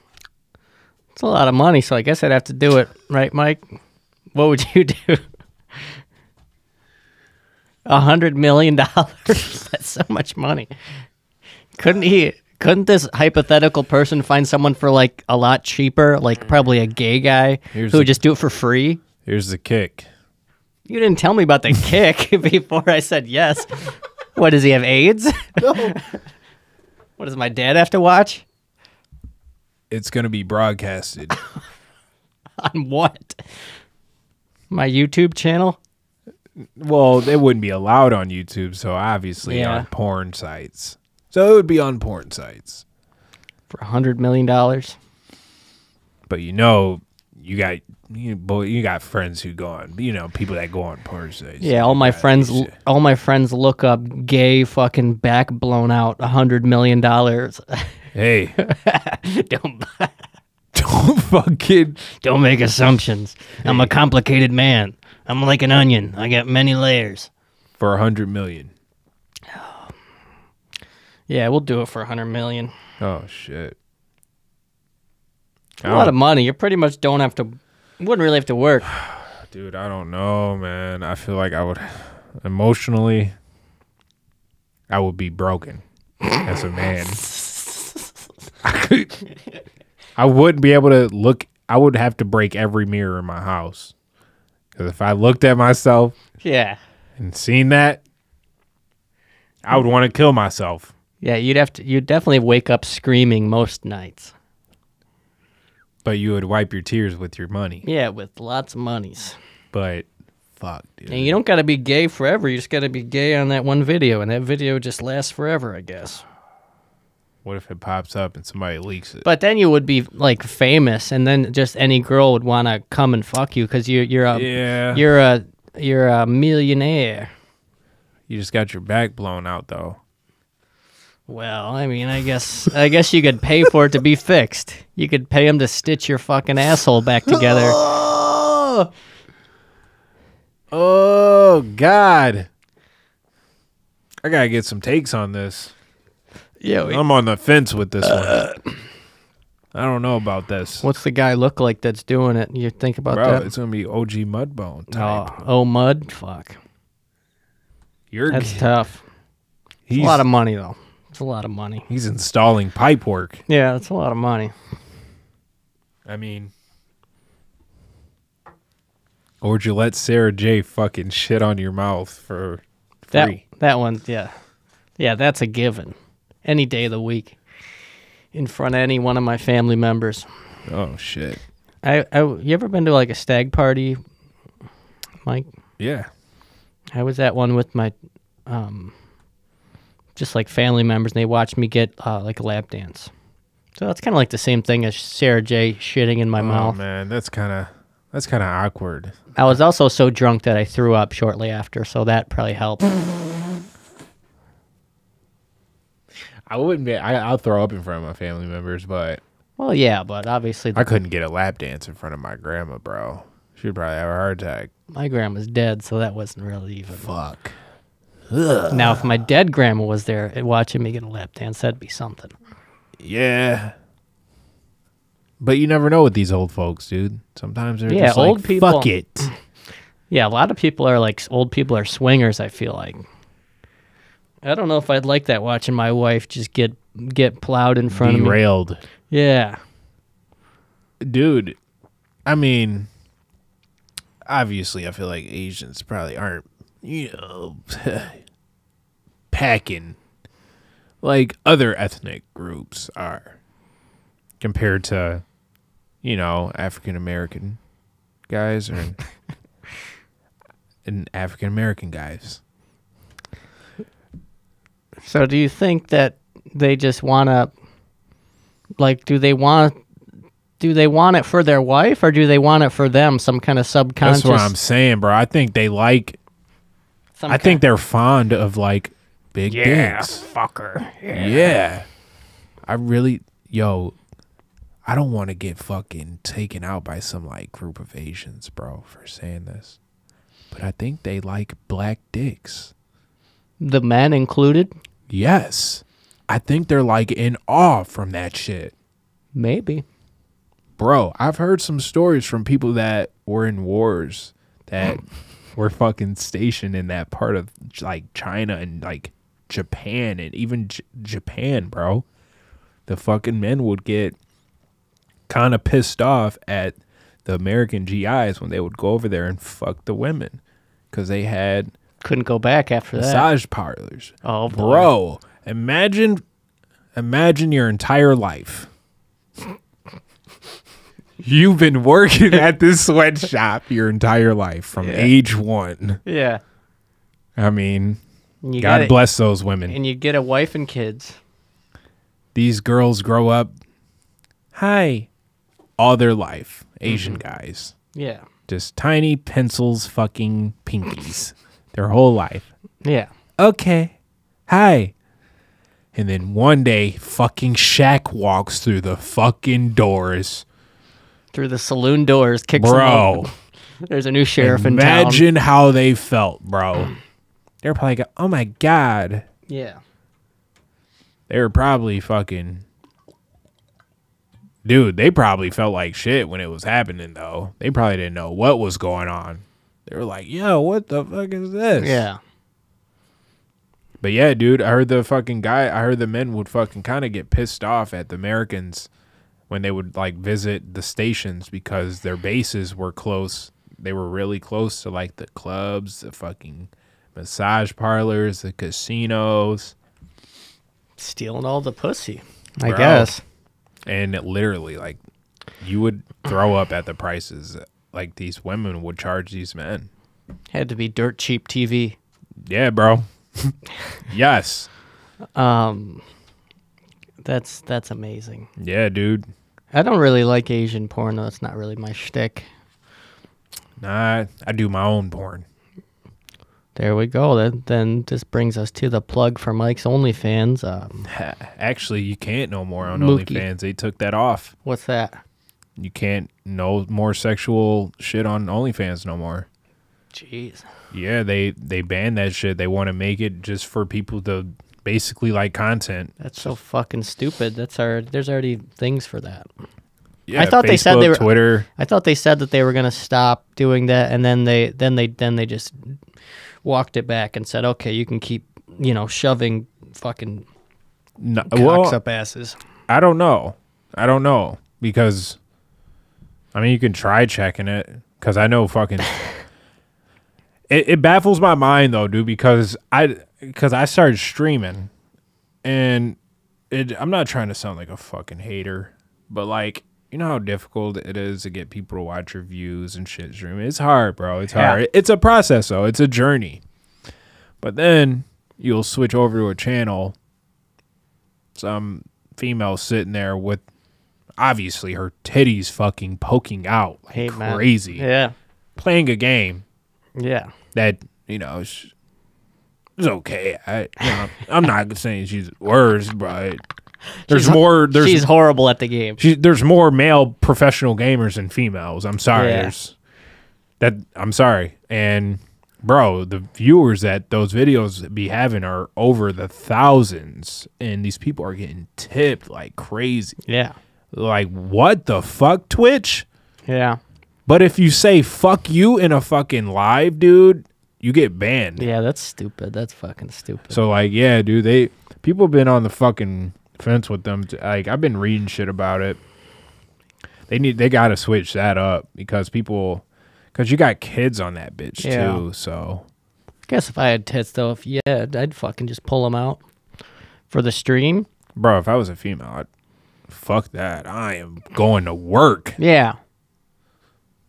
it's a lot of money, so I guess I'd have to do it, right, Mike? What would you do? A hundred million dollars. That's so much money. Couldn't he couldn't this hypothetical person find someone for like a lot cheaper, like probably a gay guy who
Here's the-
would just do it for free?
Here's the kick.
You didn't tell me about the kick before I said yes. what does he have AIDS? No. what does my dad have to watch?
It's going to be broadcasted.
On what? My YouTube channel?
Well, they wouldn't be allowed on YouTube, so obviously
Yeah.
on porn sites. So it would be on porn sites.
for a hundred million dollars.
But you know, you got you, boy, you got friends who go on, you know, people that go on porn sites.
Yeah, all my
Right,
friends,
yeah.
all my friends look up gay fucking back blown out a hundred million dollars.
Hey,
don't
don't fucking
don't make assumptions. I'm a complicated man. I'm like an onion. I got many layers.
for a hundred million.
Yeah, we'll do it for a hundred million.
Oh shit.
A lot of money. You pretty much don't have to. Wouldn't really have to work.
Dude, I don't know, man. I feel like I would emotionally I would be broken as a man. I could I wouldn't be able to look I would have to break every mirror in my house. Cuz if I looked at myself
Yeah,
and seen that, I would want to kill myself.
yeah. You'd have to. You'd definitely wake up screaming most nights.
But you would wipe your tears with your money.
Yeah, with lots of monies.
But fuck, dude.
And you don't got to be gay forever. You just got to be gay on that one video, and that video just lasts forever, I guess.
What if it pops up and somebody leaks it?
But then you would be like famous, and then just any girl would want to come and fuck you because you, you're a
yeah.
you're a you're a millionaire.
You just got your back blown out though.
Well, I mean, I guess I guess you could pay for it to be fixed. You could pay him to stitch your fucking asshole back together.
Oh, oh God. I gotta get some takes on this.
Yeah.
I'm on the fence with this one. I don't know about this.
What's the guy look like that's doing it? You think about
Bro,
that?
it's gonna be OG Mudbone type.
Oh, oh, mud. Fuck.
You're
That's tough. It's
he's,
a lot of money though. It's a lot of money.
he's installing pipe work.
Yeah, that's a lot of money.
I mean Or would you let Sarah J fucking shit on your mouth for
That
free?
that one, yeah, yeah, that's a given. Any day of the week, in front of any one of my family members.
Oh shit.
I, I you ever been to like a stag party, Mike?
Yeah.
I was at one with my, um, just like family members, and they watched me get uh, like a lap dance. So that's kind of like the same thing as Sarah J shitting in my
Oh
mouth.
man, that's kinda that's kinda awkward.
I was also so drunk that I threw up shortly after, so that probably helped.
I wouldn't be. I, I'll throw up in front of my family members, but
well, yeah, but obviously
I couldn't get a lap dance in front of my grandma, bro. She'd probably have a heart attack.
my grandma's dead, so that wasn't really even.
Fuck.
Now, if my dead eh, grandma was there and watching me get a lap dance, that'd be something.
Yeah. But you never know with these old folks, dude. Sometimes they're
Yeah,
just
old
like,
people-
fuck it.
Yeah, a lot of people are like old people are swingers. I feel like. I don't know if I'd like that watching my wife just get get plowed in front of me.
Derailed.
Yeah,
Dude, I mean, obviously, I feel like Asians probably aren't, you know, packing like other ethnic groups are compared to, you know, African American guys or and African American guys.
So do you think that they just want to like do they want do they want it for their wife or do they want it for them some kind of subconscious
That's what I'm saying, bro. I think they like.
some
I think they're fond of like big
Yeah,
dicks.
fucker. Yeah.
Yeah. I really, yo, I don't want to get fucking taken out by some like group of Asians, bro, for saying this. But I think they like black dicks.
the men included
Yes. I think they're like in awe from that shit.
maybe
Bro, I've heard some stories from people that were in wars that were fucking stationed in that part of like China and like Japan and even J- Japan, bro. The fucking men would get kind of pissed off at the American GIs when they would go over there and fuck the women because they had
couldn't go back after that
massage parlors.
oh boy.
Bro, imagine imagine your entire life. You've been working at this sweatshop your entire life from age 1.
yeah
I mean,
And you
God
gotta-
bless those women.
and you get a wife and kids
These girls grow up hi all their life.
Mm-hmm.
Asian guys.
yeah
Just tiny pencils fucking pinkies their whole life.
yeah
okay, hi. And then one day, fucking Shaq walks through the fucking doors.
through the saloon doors kicks them
Bro,
out. there's a new sheriff in town
imagine how they felt, bro. They're probably go, oh my God.
yeah
They were probably fucking. Dude, they probably felt like shit when it was happening, though. They probably didn't know what was going on. They were like, yo, what the fuck is this?
yeah
But yeah, dude, I heard the fucking guy. I heard the men would fucking kind of get pissed off at the Americans when they would like visit the stations because their bases were close. They were really close to like the clubs, the fucking massage parlors, the casinos,
stealing all the pussy i
Bro.
guess
and it literally like you would throw up at the prices like these women would charge these men.
had to be dirt cheap tv
Yeah, bro. yes.
Um, that's that's amazing.
Yeah, dude.
I don't really like Asian porn though. It's not really my shtick.
Nah, I do my own porn.
There we go. Then then this brings us to the plug for Mike's OnlyFans. Um,
Actually, you can't no more on
Mookie.
OnlyFans. They took that off.
what's that?
You can't no more sexual shit on OnlyFans no more.
Jeez.
Yeah, they they banned that shit. They want to make it just for people to basically like content.
That's so fucking stupid. That's our. There's already things for that.
Yeah,
I thought they said they
Facebook,
were-
Twitter.
I thought they said that they were gonna stop doing that, and then they then they then they just walked it back and said, okay, you can keep you know shoving fucking
No,
cocks
well,
up asses.
I don't know. I don't know because I mean you can try checking it because I know fucking. it, it baffles my mind though, dude, because I because I started streaming, and it I'm not trying to sound like a fucking hater, but like you know how difficult it is to get people to watch your views and shit streaming. It's hard, bro. It's
Yeah.
hard. It's a process though. It's a journey. But then you'll switch over to a channel. Some female sitting there with obviously her titties fucking poking out like
Hey, man.
crazy,
Yeah.
playing a game
Yeah.
that you know it's, it's okay. I you know, I'm not saying she's worse, but there's
She's-
more. There's
She's horrible at the game.
she, there's more male professional gamers than females. I'm sorry.
Yeah.
There's that I'm sorry. And bro, the viewers that those videos be having are over the thousands, and these people are getting tipped like crazy.
Yeah.
like what the fuck Twitch?
Yeah.
But if you say fuck you in a fucking live, dude, you get banned.
Yeah, that's stupid. That's fucking stupid.
So like, yeah, dude, they people been on the fucking fence with them. t- like, I've been reading shit about it. They need they got to switch that up because people, because you got kids on that bitch
Yeah.
too. So
Guess if I had tits though, if yeah, I'd fucking just pull them out for the stream.
bro, if I was a female, I'd fuck that. I am going to work.
Yeah.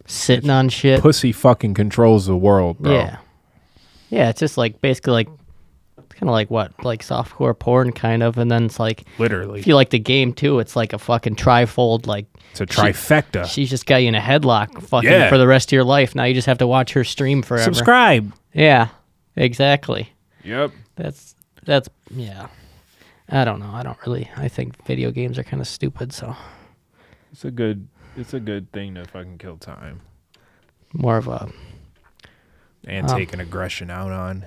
Sitting on shit.
Pussy fucking controls the world, bro.
Yeah. Yeah, it's just like basically like kind of like what? Like softcore porn kind of and then it's like
Literally,
if you like the game too, it's like a fucking trifold like
it's a trifecta.
she's just got you in a headlock fucking
Yeah.
for the rest of your life. Now you just have to watch her stream forever.
Subscribe.
Yeah. Exactly.
Yep.
That's that's yeah. I don't know. I don't really. I think video games are kind of stupid. So
It's a good. It's a good thing to fucking kill time
more of a
and take an aggression out on.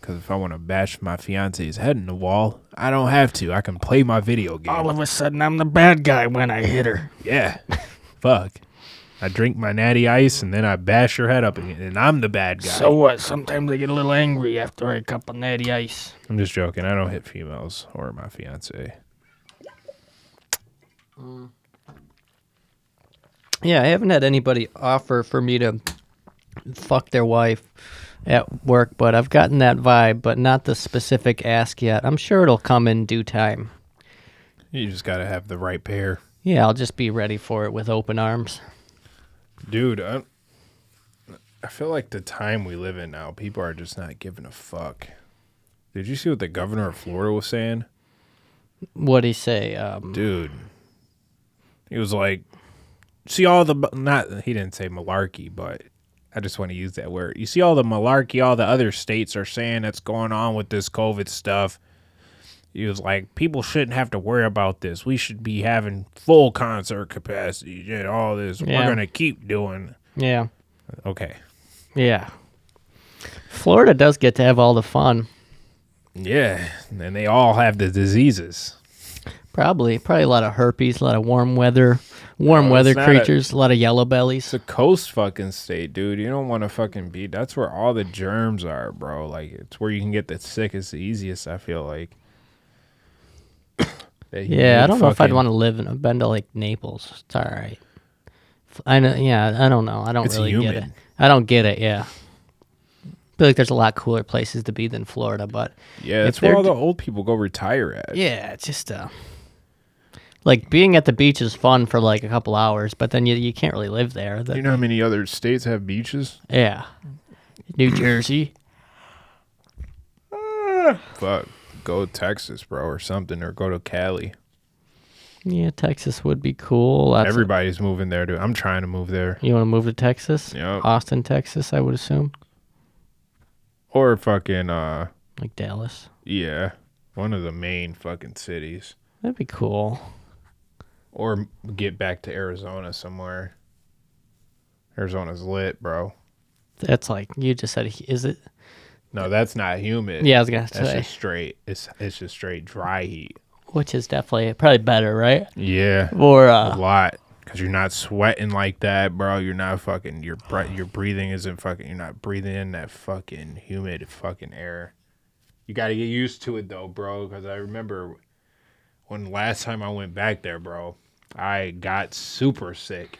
Because if I want to bash my fiance's head in the wall, I don't have to. I can play my video game.
All of a sudden, I'm the bad guy when I hit her.
yeah. Fuck. I drink my natty ice and then I bash her head up again, and I'm the bad guy.
So what? Sometimes I get a little angry after a cup of natty ice.
I'm just joking. I don't hit females or my fiance.
yeah. I haven't had anybody offer for me to fuck their wife at work, but I've gotten that vibe, but not the specific ask yet. I'm sure it'll come in due time.
You just gotta have the right pair,
Yeah, I'll just be ready for it with open arms.
dude. I, I feel like the time we live in now, people are just not giving a fuck. Did you see what the governor of Florida was saying?
What'd he say? Um,
dude. He was like, "See all the bu- not." He didn't say malarkey, but I just want to use that word. You see all the malarkey all the other states are saying that's going on with this COVID stuff. He was like, "People shouldn't have to worry about this. We should be having full concert capacity and all this.
Yeah.
We're gonna keep doing."
yeah.
Okay.
Yeah. Florida does get to have all the fun.
Yeah, and they all have the diseases.
Probably, probably a lot of herpes, a lot of warm weather, warm
No, it's
weather
not a-
creatures, a, lot of yellow bellies.
It's a coast fucking state, dude. You don't want to fucking be. That's where all the germs are, bro. Like it's where you can get the sickest, the easiest. I feel like. That you
yeah, I
need
don't know if I'd
fucking-
want to live in. I've been to like Naples. It's all right. F- I know. Yeah, I don't know. I don't
It's
really get it.
humid.
I don't get it. Yeah. feel like there's a lot cooler places to be than Florida, but
Yeah,
if
that's where
they're
all
d-
the old people go retire at.
yeah, it's just uh, like being at the beach is fun for like a couple hours, but then you you can't really live there. The-
You know how many other states have beaches?
yeah, New Jersey.
Fuck, go Texas, bro, or something, or go to Cali.
Yeah, Texas would be cool. That's
Everybody's moving there, dude. I'm trying to move there,
You want to move to Texas?
Yep.
Austin, Texas, I would assume.
or fucking uh,
Like Dallas.
yeah, one of the main fucking cities,
That'd be cool.
or get back to Arizona somewhere. Arizona's lit, bro.
That's like you just said. Is it?
No, that's not humid.
Yeah, I was gonna
that's
say,
just straight. It's it's just straight dry heat.
which is definitely probably better, right?
Yeah,
Or
a
uh,
lot because you're not sweating like that, bro. You're not fucking. Your breath, your breathing isn't fucking. You're not breathing in that fucking humid fucking air. You got to get used to it though, bro. Because I remember when last time I went back there, bro, I got super sick.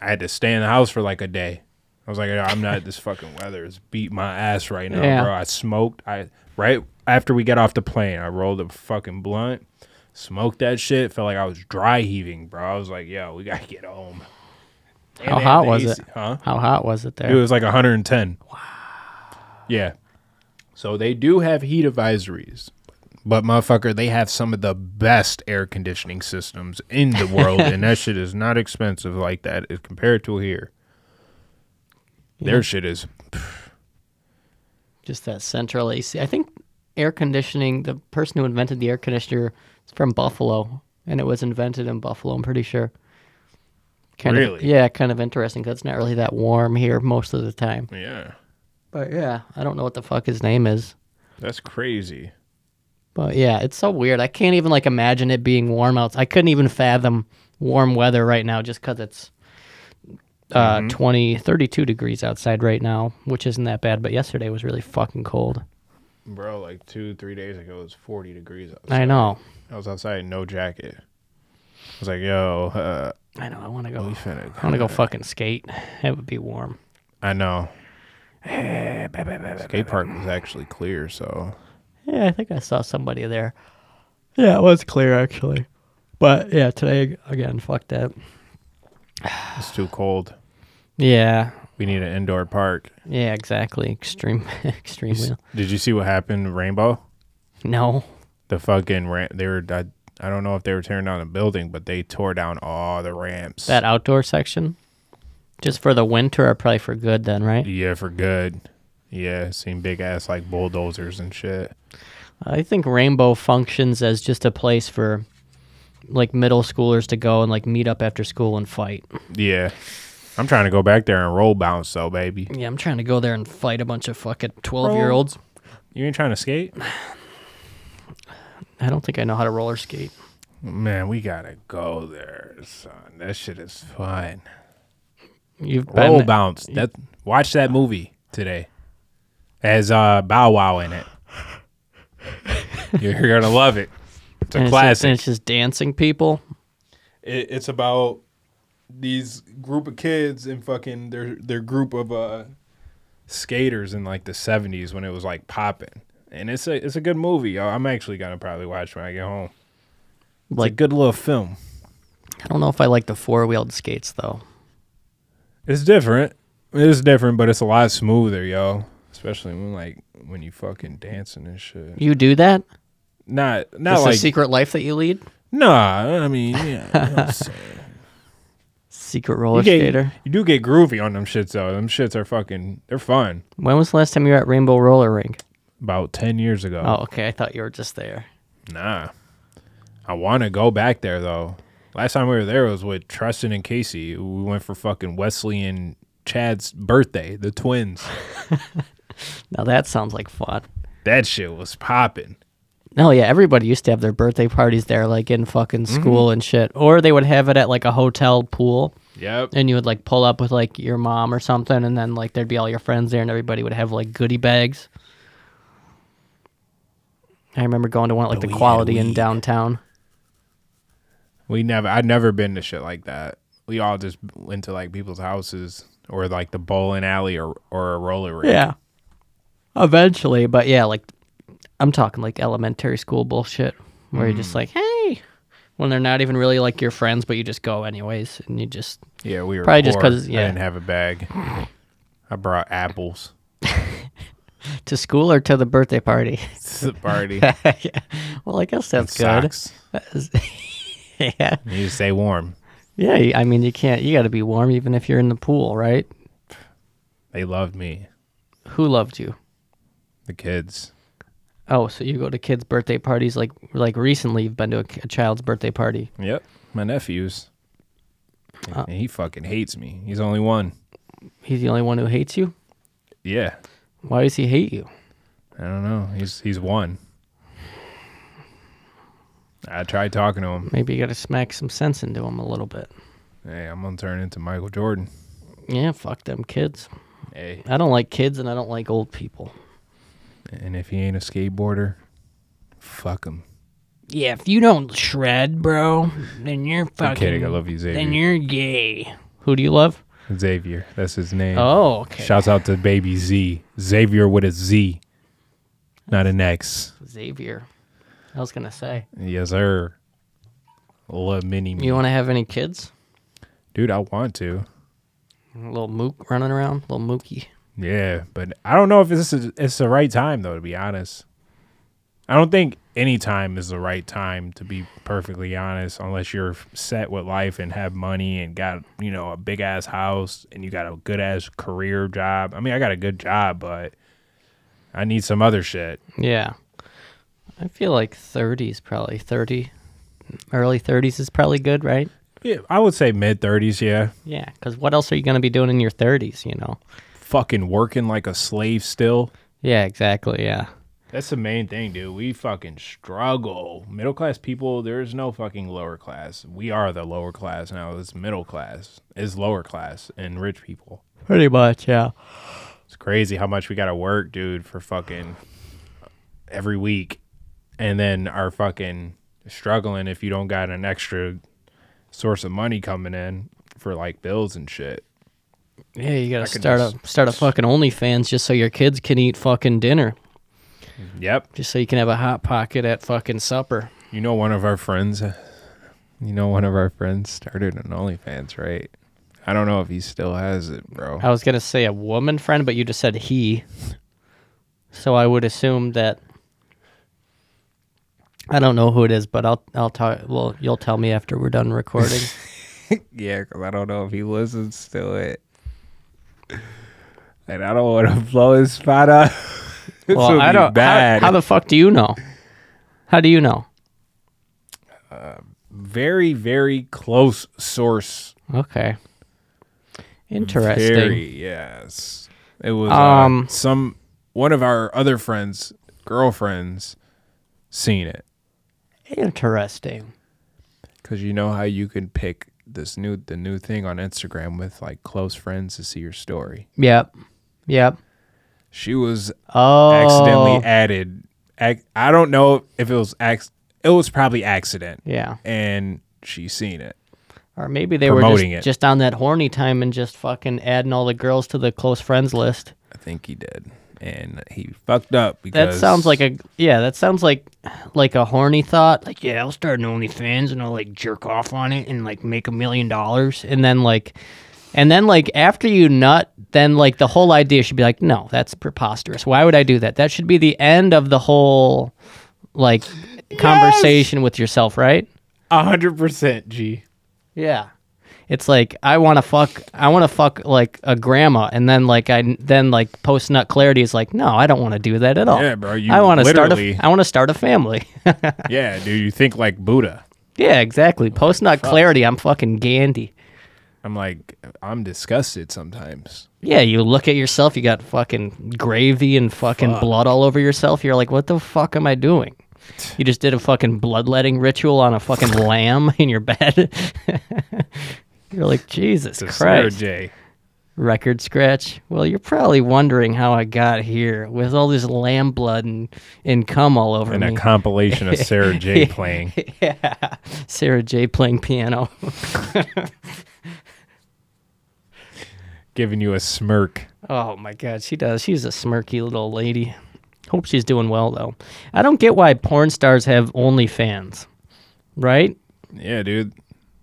I had to stay in the house for like a day. I was like, I'm not this fucking weather. It's beat my ass right now,
Yeah.
bro. I smoked. I right after we got off the plane, I rolled a fucking blunt, smoked that shit. Felt like I was dry heaving, bro. I was like, yo, we gotta get home. And
How
they had
hot
the
was
AC
it?
Huh?
how hot was it
It
there?
was like 110. Wow. Yeah. So they do have heat advisories, but motherfucker, they have some of the best air conditioning systems in the world, and that shit is not expensive like that if compared to here. Their shit is
Just that central AC. I think air conditioning. The person who invented the air conditioner is from Buffalo, and it was invented in Buffalo. I'm pretty sure. Kind Of,
Really?
yeah, kind of interesting. 'cause it's not really that warm here most of the time.
yeah,
But yeah, I don't know what the fuck his name is.
that's crazy.
But yeah, it's so weird. I can't even like imagine it being warm out. I couldn't even fathom warm weather right now just cuz it's uh 20 32 degrees outside right now, which isn't that bad, but yesterday was really fucking cold.
Bro, like two, three days ago, it was 40 degrees outside.
I know.
I was outside, no jacket. I was like, yo, uh,
I know. I want to
we
go.
finna.
I want to go fucking skate. It would be warm.
I know. Skate park was actually clear, so
Yeah, I think I saw somebody there. Yeah, it was clear actually. But yeah, today again, fuck that.
it's too cold.
Yeah.
We need an indoor park.
Yeah, exactly. Extreme extreme
You s-
wheel.
Did you see what happened, to Rainbow?
No.
The fucking ramp. They were. I, I don't know if they were tearing down a building, but they tore down all the ramps.
That outdoor section? Just for the winter or probably for good then, right?
yeah, for good. Yeah, seen big ass like bulldozers and shit.
I think Rainbow functions as just a place for like middle schoolers to go and like meet up after school and fight.
Yeah, I'm trying to go back there and roll bounce though, baby.
Yeah, I'm trying to go there and fight a bunch of fucking 12 year olds.
You ain't trying to skate,
I don't think I know how to roller skate.
man. We gotta go there, son. That shit is fun.
You've been
Roll bounce. That watch that movie today. As uh Bow Wow in it. You're gonna love it. It's
and it's just-
a
and
classic.
it's just dancing people.
It, it's about these group of kids and fucking their their group of uh skaters in like the seventies when it was like popping. And it's a it's a good movie. yo. I'm actually gonna probably watch when I get home. It's a
Like
good little film.
I don't know if I like the four wheeled skates though.
It's different. It is different, but it's a lot smoother, yo. Especially when like when you fucking dancing and shit.
You do that?
Not not
That's
like
a secret life that you lead?
nah. I mean, yeah. you know what I'm saying.
Secret roller
you, get,
skater.
you do get groovy on them shits though. Them shits are fucking. They're fun.
When was the last time you were at Rainbow Roller Rink?
About ten years ago.
Oh, okay. I thought you were just there.
Nah, I want to go back there though. Last time we were there was with Tristan and Casey. We went for fucking Wesley and Chad's birthday. The twins.
Now that sounds like fun.
that shit was popping.
No, yeah, everybody used to have their birthday parties there, like in fucking school and shit. Or they would have it at like a hotel pool,
Yep.
and you would like pull up with like your mom or something, and then like there'd be all your friends there, and everybody would have like goodie bags. I remember going to one at like
But
the
we had
Quality in
weed.
downtown.
We never. I'd never been to shit like that. We all just went to like people's houses or like the bowling alley or or a roller rink.
Yeah. Eventually, but yeah, like I'm talking like elementary school bullshit where you're just like, hey, when they're not even really like your friends, but you just go anyways, and you just
Yeah, we were
Probably just
poor.
'cause- yeah.
I didn't have a bag. I brought apples
to school or to the birthday party.
to the party.
yeah. Well, I guess that's good.
Socks.
yeah.
Need to stay warm.
Yeah. you- I mean, you can't, you got to be warm even if you're in the pool, right?
They loved me.
Who loved you?
The kids.
Oh, so you go to kids' birthday parties like like recently? You've been to a, k- a child's birthday party.
Yep. My nephews.
Uh.
and he fucking hates me. He's the only one.
He's the only one who hates you.
Yeah.
Why does he hate you?
I don't know. He's he's one. I tried talking to him.
Maybe you got to smack some sense into him a little bit.
Hey, I'm gonna turn into Michael Jordan.
Yeah, fuck them kids.
Hey.
I don't like kids and I don't like old people.
And if he ain't a skateboarder, fuck him.
Yeah, if you don't shred, bro, then you're fucking.
I'm kidding. I love you, Xavier.
you're gay. Who do you love?
Xavier. That's his name.
Oh, okay.
Shouts out to baby Z. Xavier with a Z, not an X.
Xavier. I was gonna say.
Yes, sir. Love mini me.
You want to have any kids?
Dude, I want to.
A little mook running around, little mookie.
Yeah, but I don't know if this is it's the right time though. To be honest, I don't think any time is the right time. To be perfectly honest, unless you're set with life and have money and got you know a big ass house and you got a good ass career job. I mean, I got a good job, but I need some other shit.
Yeah. I feel like 30s probably 30. Early 30s is probably good, right?
Yeah, I would say mid thirties. Yeah,
Yeah, because what else are you gonna be doing in your 30s? You know.
fucking working like a slave still.
Yeah, exactly. Yeah.
That's the main thing, dude. We fucking struggle. Middle class people, there is no fucking lower class. We are the lower class now. It's middle class, it's lower class, and rich people.
Pretty much, yeah.
It's crazy how much we got to work, dude, for fucking every week. And then are fucking struggling if you don't got an extra source of money coming in for like bills and shit.
Yeah, you gotta
I could
start
just-
a start a fucking OnlyFans just so your kids can eat fucking dinner,
Yep.
just so you can have a hot pocket at fucking supper.
You know, one of our friends, you know, one of our friends started an OnlyFans, right? I don't know if he still has it, bro.
I was gonna say a woman friend, but you just said he, so I would assume that. I don't know who it is, but I'll I'll talk. Well, you'll tell me after we're done recording.
Yeah, because I don't know if he listens to it. And I don't want to blow his spot up. this
well,
would
I
be
don't.
bad.
How, how the fuck do you know? How do you know?
very, very close source.
Okay. Interesting.
Very, yes. It was
Um,
um, some one of our other friends' girlfriends seen it.
Interesting.
Because you know how you can pick this new the new thing on Instagram with like close friends to see your story.
Yep. Yep.
She was
Oh.
accidentally added. ac- I don't know if it was ac- it was probably accident,
Yeah.
and she seen it.
Or maybe they
Promoting
were just,
it.
just on that horny time and just fucking adding all the girls to the close friends list.
I think he did, and he fucked up
That
because
sounds like a yeah. That sounds like like a horny thought. Like yeah, I'll start an OnlyFans and I'll like jerk off on it and like make a million dollars and then like, and then like after you nut, then like the whole idea should be like no, that's preposterous. Why would I do that? That should be the end of the whole like conversation with yourself, right?
hundred percent. G.
Yeah. It's like I want to fuck. I want to fuck like a grandma, and then like I then like post nut clarity is like, no, I don't want to do that at all.
Yeah, bro, you
I want to start a.
literally-
I want to start a family.
Yeah, dude, you think like Buddha?
yeah, exactly. Post nut clarity. I'm fucking Gandhi.
I'm like, I'm disgusted sometimes.
Yeah, you look at yourself. You got fucking gravy and fucking blood all over yourself. You're like, what the fuck am I doing? You just did a fucking bloodletting ritual on a fucking lamb in your bed. You're like, Jesus
The snare,
Christ.
J.
record scratch. Well, you're probably wondering how I got here with all this lamb blood and, and cum all over
And a
me.
compilation of Sarah J playing.
yeah. Sarah J playing piano.
giving you a smirk.
oh my god, she does. She's a smirky little lady. Hope she's doing well though. I don't get why porn stars have OnlyFans. Right?
Yeah, dude.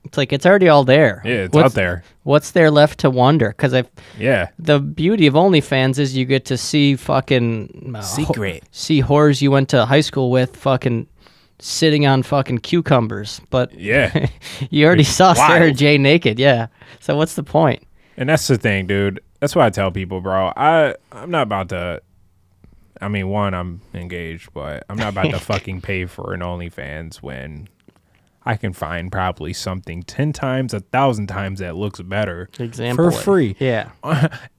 It's like it's already all there.
Yeah, it's
what's,
out there.
What's there left to wonder? Because I,
Yeah.
the beauty of OnlyFans is you get to see fucking uh, ho-
Secret.
see whores you went to high school with fucking sitting on fucking cucumbers, but
Yeah.
you already saw
wild.
Sarah J naked, yeah. So what's the point?
and that's the thing, dude. That's why I tell people, bro. I I'm not about to I mean, one, I'm engaged, but I'm not about to fucking pay for an OnlyFans when I can find probably something ten times, a thousand times that looks better.
Example.
For free.
Yeah.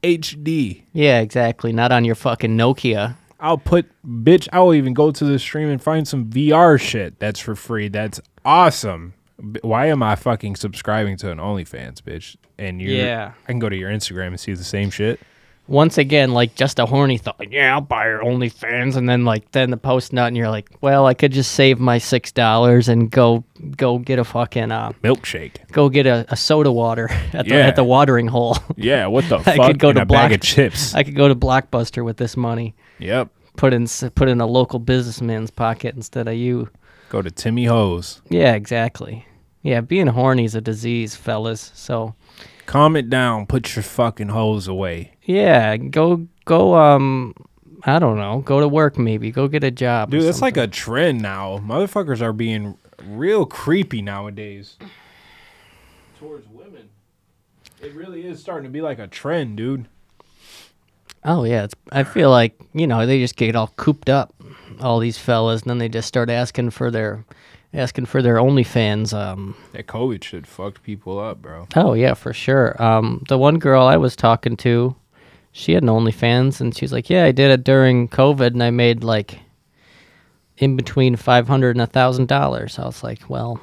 HD.
Yeah, exactly. Not on your fucking Nokia.
I'll put bitch, I'll even go to the stream and find some VR shit that's for free. That's awesome. B- Why am I fucking subscribing to an OnlyFans, bitch? And you
Yeah.
I can go to your Instagram and see the same shit.
Once again, like just a horny thought. Like, yeah, I'll buy your OnlyFans, and then like then the post nut, and you're like, well, I could just save my six dollars and go go get a fucking uh,
Milkshake.
go get a, a soda water at the,
Yeah.
at the watering hole.
Yeah, what the
I
fuck?
could go
And
to
a bag
Block-
of chips.
I could go to Blockbuster with this money.
yep.
Put in s- put in a local businessman's pocket instead of you.
Go to Timmy Ho's.
Yeah, exactly. Yeah, being horny is a disease, fellas. So
Calm it down. Put your fucking hose away.
yeah, go go. Um, I don't know. Go to work maybe. Go get a job.
Dude, that's like a trend now. Motherfuckers are being real creepy nowadays towards women. It really is starting to be like a trend, dude.
oh yeah. It's, I feel like you know they just get all cooped up, all these fellas, and then they just start asking for their asking for their OnlyFans. Um,
That COVID shit fucked people up, bro.
Oh yeah, for sure. Um, the one girl I was talking to, she had an OnlyFans, and she's like, "Yeah, I did it during COVID, and I made like in between five hundred and thousand dollars. I was like, well,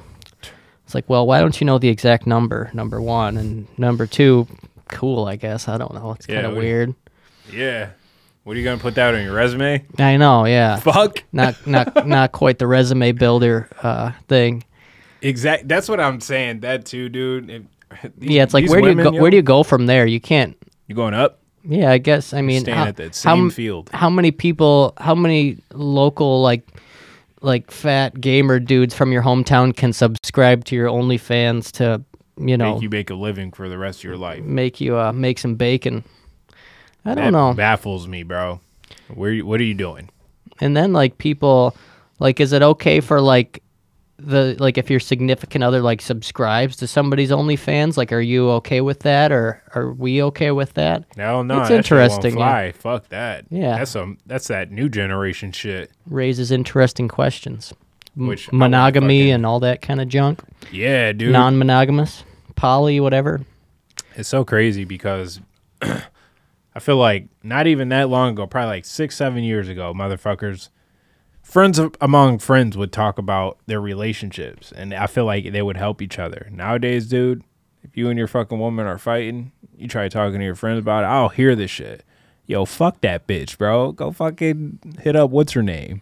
it's like, well, why don't you know the exact number? Number one and number two, cool, I guess. I don't know. It's
Yeah,
kind of
we-
weird.
Yeah. What are you gonna put that on your resume?
I know, yeah.
Fuck.
Not not not quite the resume builder uh, thing.
Exact. That's what I'm saying. That too, dude. If-
Yeah, it's like
these
where do you
women,
go?
yo,
Where do you go from there? You can't.
You going up?
Yeah, I guess. I mean,
Staying
how,
at that
how
same
m-
field.
How many people? How many local like like fat gamer dudes from your hometown can subscribe to your OnlyFans to you know
Make you make a living for the rest of your life.
make you uh, make some bacon? I don't
that
know.
Baffles me, bro. Where? You, what are you doing?
and then like people like is it okay for like the like if your significant other like subscribes to somebody's OnlyFans like are you okay with that or are we okay with that
No, no.
It's
that shit won't
interesting, yeah.
Fly. Fuck that.
Yeah.
That's some. That's that new generation shit.
raises interesting questions M-
Which I wouldn't
monogamy
fucking-
and all that kind of junk
Yeah, dude.
non-monogamous poly whatever
It's so crazy because I feel like not even that long ago, probably like six, seven years ago, motherfuckers, friends of- among friends would talk about their relationships, and I feel like they would help each other. Nowadays, dude, if you and your fucking woman are fighting, you try talking to your friends about it. I'll hear this shit. Yo, fuck that bitch, bro. Go fucking hit up what's her name.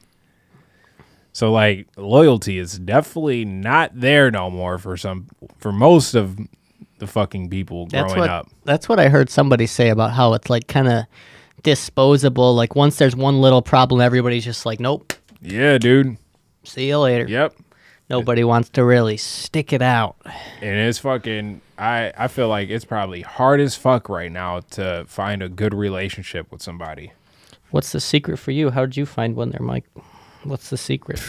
So like loyalty is definitely not there no more for some for most of the fucking people growing
that's what
up.
that's what I heard somebody say about how it's like kind of disposable like once there's one little problem everybody's just like nope
Yeah, dude.
see you later
Yep.
nobody wants to really stick it out
And it's fucking I I feel like it's probably hard as fuck right now to find a good relationship with somebody.
What's the secret for you? How did you find one there, Mike? What's the secret?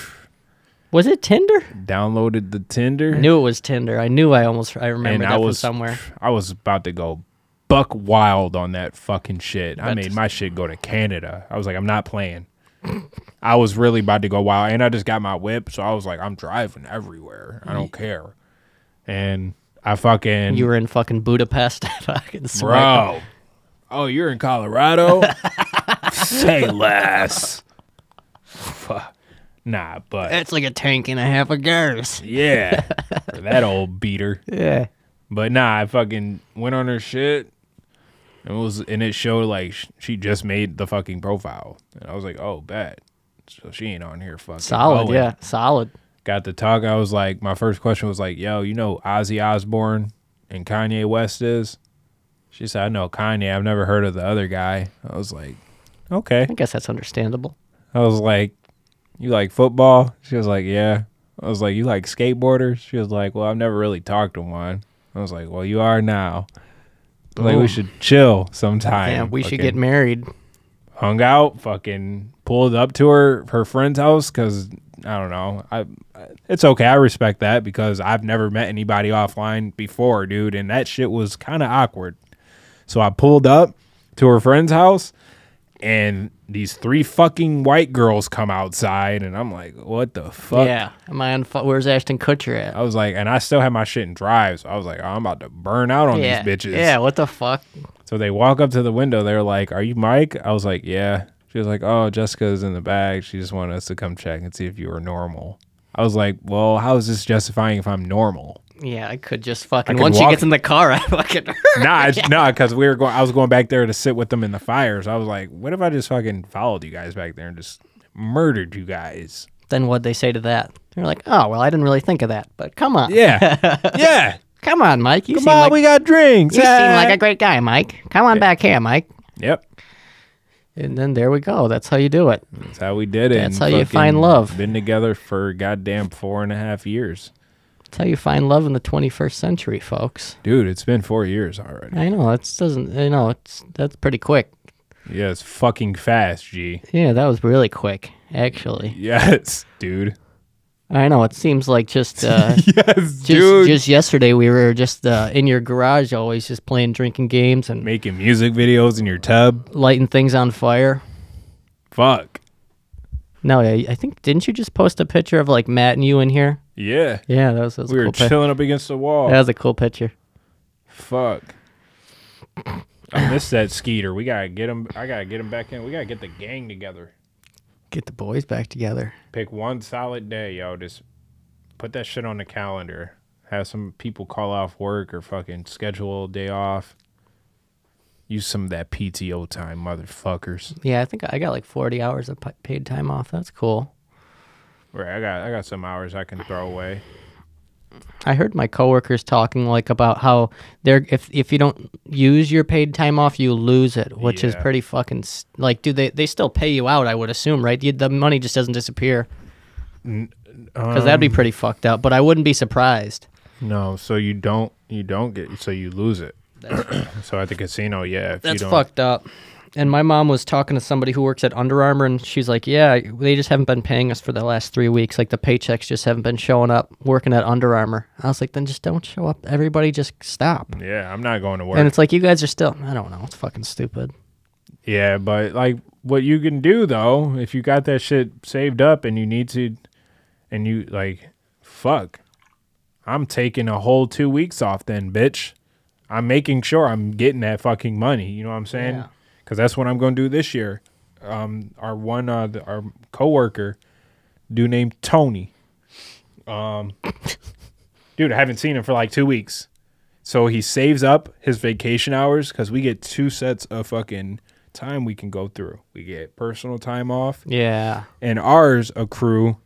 Was it Tinder?
Downloaded the Tinder
I knew it was Tinder. I knew I almost I remember
and
that
I
from
was
somewhere.
I was about to go buck wild on that fucking shit. I
That's-
made my shit go to Canada. I was like I'm not playing. I was really about to go wild and I just got my whip, so I was like I'm driving everywhere. I don't care. And I fucking
You were in fucking Budapest. fucking swear.
Bro. Oh, you're in Colorado? Say less. Fuck. Nah, but
That's like a tank and a half of gas.
yeah. For that old beater.
Yeah.
But nah, I fucking went on her shit. And it was and it showed like sh- she just made the fucking profile. And I was like, "Oh, bet." So she ain't on here fucking.
Solid,
hoeing.
yeah. Solid.
Got to talk. I was like, my first question was like, "Yo, you know Ozzy Osbourne and Kanye West is?" She said, "I know Kanye. I've never heard of the other guy." I was like, "Okay."
I guess that's understandable.
I was like, "You like football?" She was like, "Yeah." I was like, "You like skateboarders?" She was like, "Well, I've never really talked to one." I was like, "Well, you are now." I was Like we
Boom.
should chill sometime.
Yeah, we should get
Fucking
married.
hung out. Fucking pulled up to her her friend's house because I don't know. I it's okay. I respect that because I've never met anybody offline before, dude, and that shit was kind of awkward. So I pulled up to her friend's house and these three fucking white girls come outside and I'm like, "What the fuck?"
Yeah. Am I on? Fu- Where's Ashton Kutcher at?
I was like, and I still had my shit in drive, so I was like, oh, I'm about to burn out on
yeah.
these bitches.
Yeah. What the fuck?
So they walk up to the window. They're like, "Are you Mike?" I was like, "Yeah." She was like, "Oh, Jessica's in the bag. She just wanted us to come check and see if you were normal." I was like, "Well, how is this justifying if I'm normal?"
Yeah, I could just fucking.
could
Once she
walk-
gets in the car, I fucking.
nah, I, nah, because we were going. I was going back there to sit with them in the fires. I was like, "What if I just fucking followed you guys back there and just murdered you guys?"
then what'd they say to that? They're like, oh well, I didn't really think of that, but come on.
Yeah, yeah.
Come on, Mike. You
Come
seem
on,
like
we got drinks.
you seem
Ah.
like a great guy, Mike. Come on back here, Mike.
yep.
And then there we go. That's how you do it.
That's how we did it.
That's
and
how you
fucking
find love.
Been together for goddamn four and a half years,
That's how you find love in the 21st century, folks.
dude. It's been four years already.
I know that doesn't. I know it's that's pretty quick.
Yeah, it's fucking fast, G.
Yeah, that was really quick, actually.
Yes, dude.
I know it seems like just uh, just,
Yes,
just yesterday we were just uh, in your garage, always just playing drinking games and
Making music videos in your tub.
lighting things on fire.
Fuck.
No, I, I think didn't you just post a picture of like Matt and you in here?
Yeah.
Yeah, that was, that was
We
a
were
cool picture.
chilling up against the wall.
That was a cool picture.
Fuck. I missed that Skeeter. We gotta get him. I gotta get him back in. We gotta get the gang together.
Get the boys back together.
Pick one solid day, yo. Just put that shit on the calendar. Have some people call off work or fucking schedule a day off. Use some of that PTO time, motherfuckers.
Yeah, I think I got like 40 hours of pa- paid time off. That's cool.
Right, I got I got some hours I can throw away.
I heard my coworkers talking like about how they're if if you don't use your paid time off, you lose it, which is
Yeah.
pretty fucking s- like do they they still pay you out, I would assume, right? You, the money just doesn't disappear. Cuz that'd
um,
be pretty fucked up, but I wouldn't be surprised.
No, so you don't you don't get so you lose it. so at the casino, yeah. If you
That's
don't,
fucked up. And my mom was talking to somebody who works at Under Armour, and she's like, "Yeah, they just haven't been paying us for the last three weeks. Like the paychecks just haven't been showing up. Working at Under Armour, I was like, then just don't show up. Everybody just stop."
Yeah, I'm not going to work.
And it's like you guys are still. I don't know. It's fucking stupid.
Yeah, but like what you can do though, if you got that shit saved up and you need to, and you like, fuck, I'm taking a whole two weeks off then, bitch. I'm making sure I'm getting that fucking money. You know what I'm saying?
Yeah.
Because that's what I'm going to do this year. Um, our one, uh, the, our coworker, dude named Tony. Um, dude, I haven't seen him for like two weeks. So he saves up his vacation hours because we get two sets of fucking time we can go through. We get personal time off,
Yeah,
and ours accrue.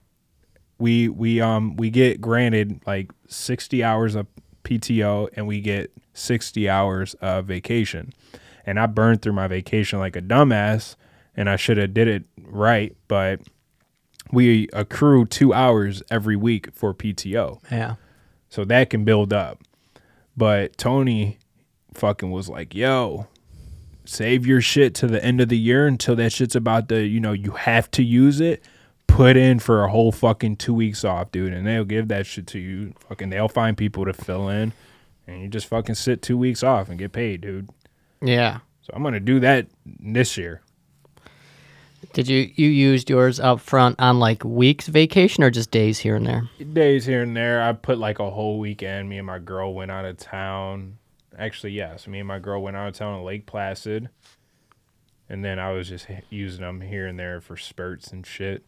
We we um we get granted like sixty hours of PTO, and we get sixty hours of vacation. And I burned through my vacation like a dumbass, and I should have did it right, but we accrue two hours every week for PTO.
yeah.
So that can build up. But Tony fucking was like, yo, save your shit to the end of the year until that shit's about to, you know, you have to use it. Put in for a whole fucking two weeks off, dude, and they'll give that shit to you. Fucking, they'll find people to fill in, and you just fucking sit two weeks off and get paid, dude.
Yeah.
So I'm gonna do that this year.
Did you you used yours up front on like weeks vacation or just days here and there?
days here and there. I put like a whole weekend. Me and my girl went out of town. Actually, yes, me and my girl went out of town to Lake Placid, and then I was just h- using them here and there for spurts and shit.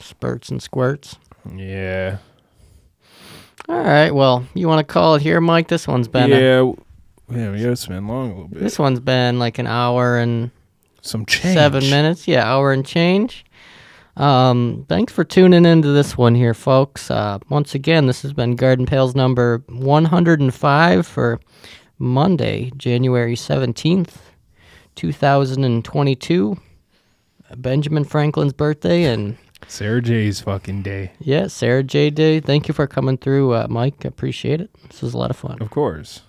Spurts and squirts.
Yeah,
All right. Well, you want to call it here, Mike? This one's been a-
yeah, w- yeah. We gotta spend long a little bit.
this one's been like an hour and
Some change.
seven minutes. Yeah, hour and change. Um, thanks for tuning into this one here, folks. Uh, once again, this has been Garden Pails number 105 for Monday, January 17th, 2022. Benjamin Franklin's birthday, and
Sarah J's fucking day.
yeah, Sarah J. Day. Thank you for coming through, uh, Mike. I appreciate it. This was a lot of fun.
Of course.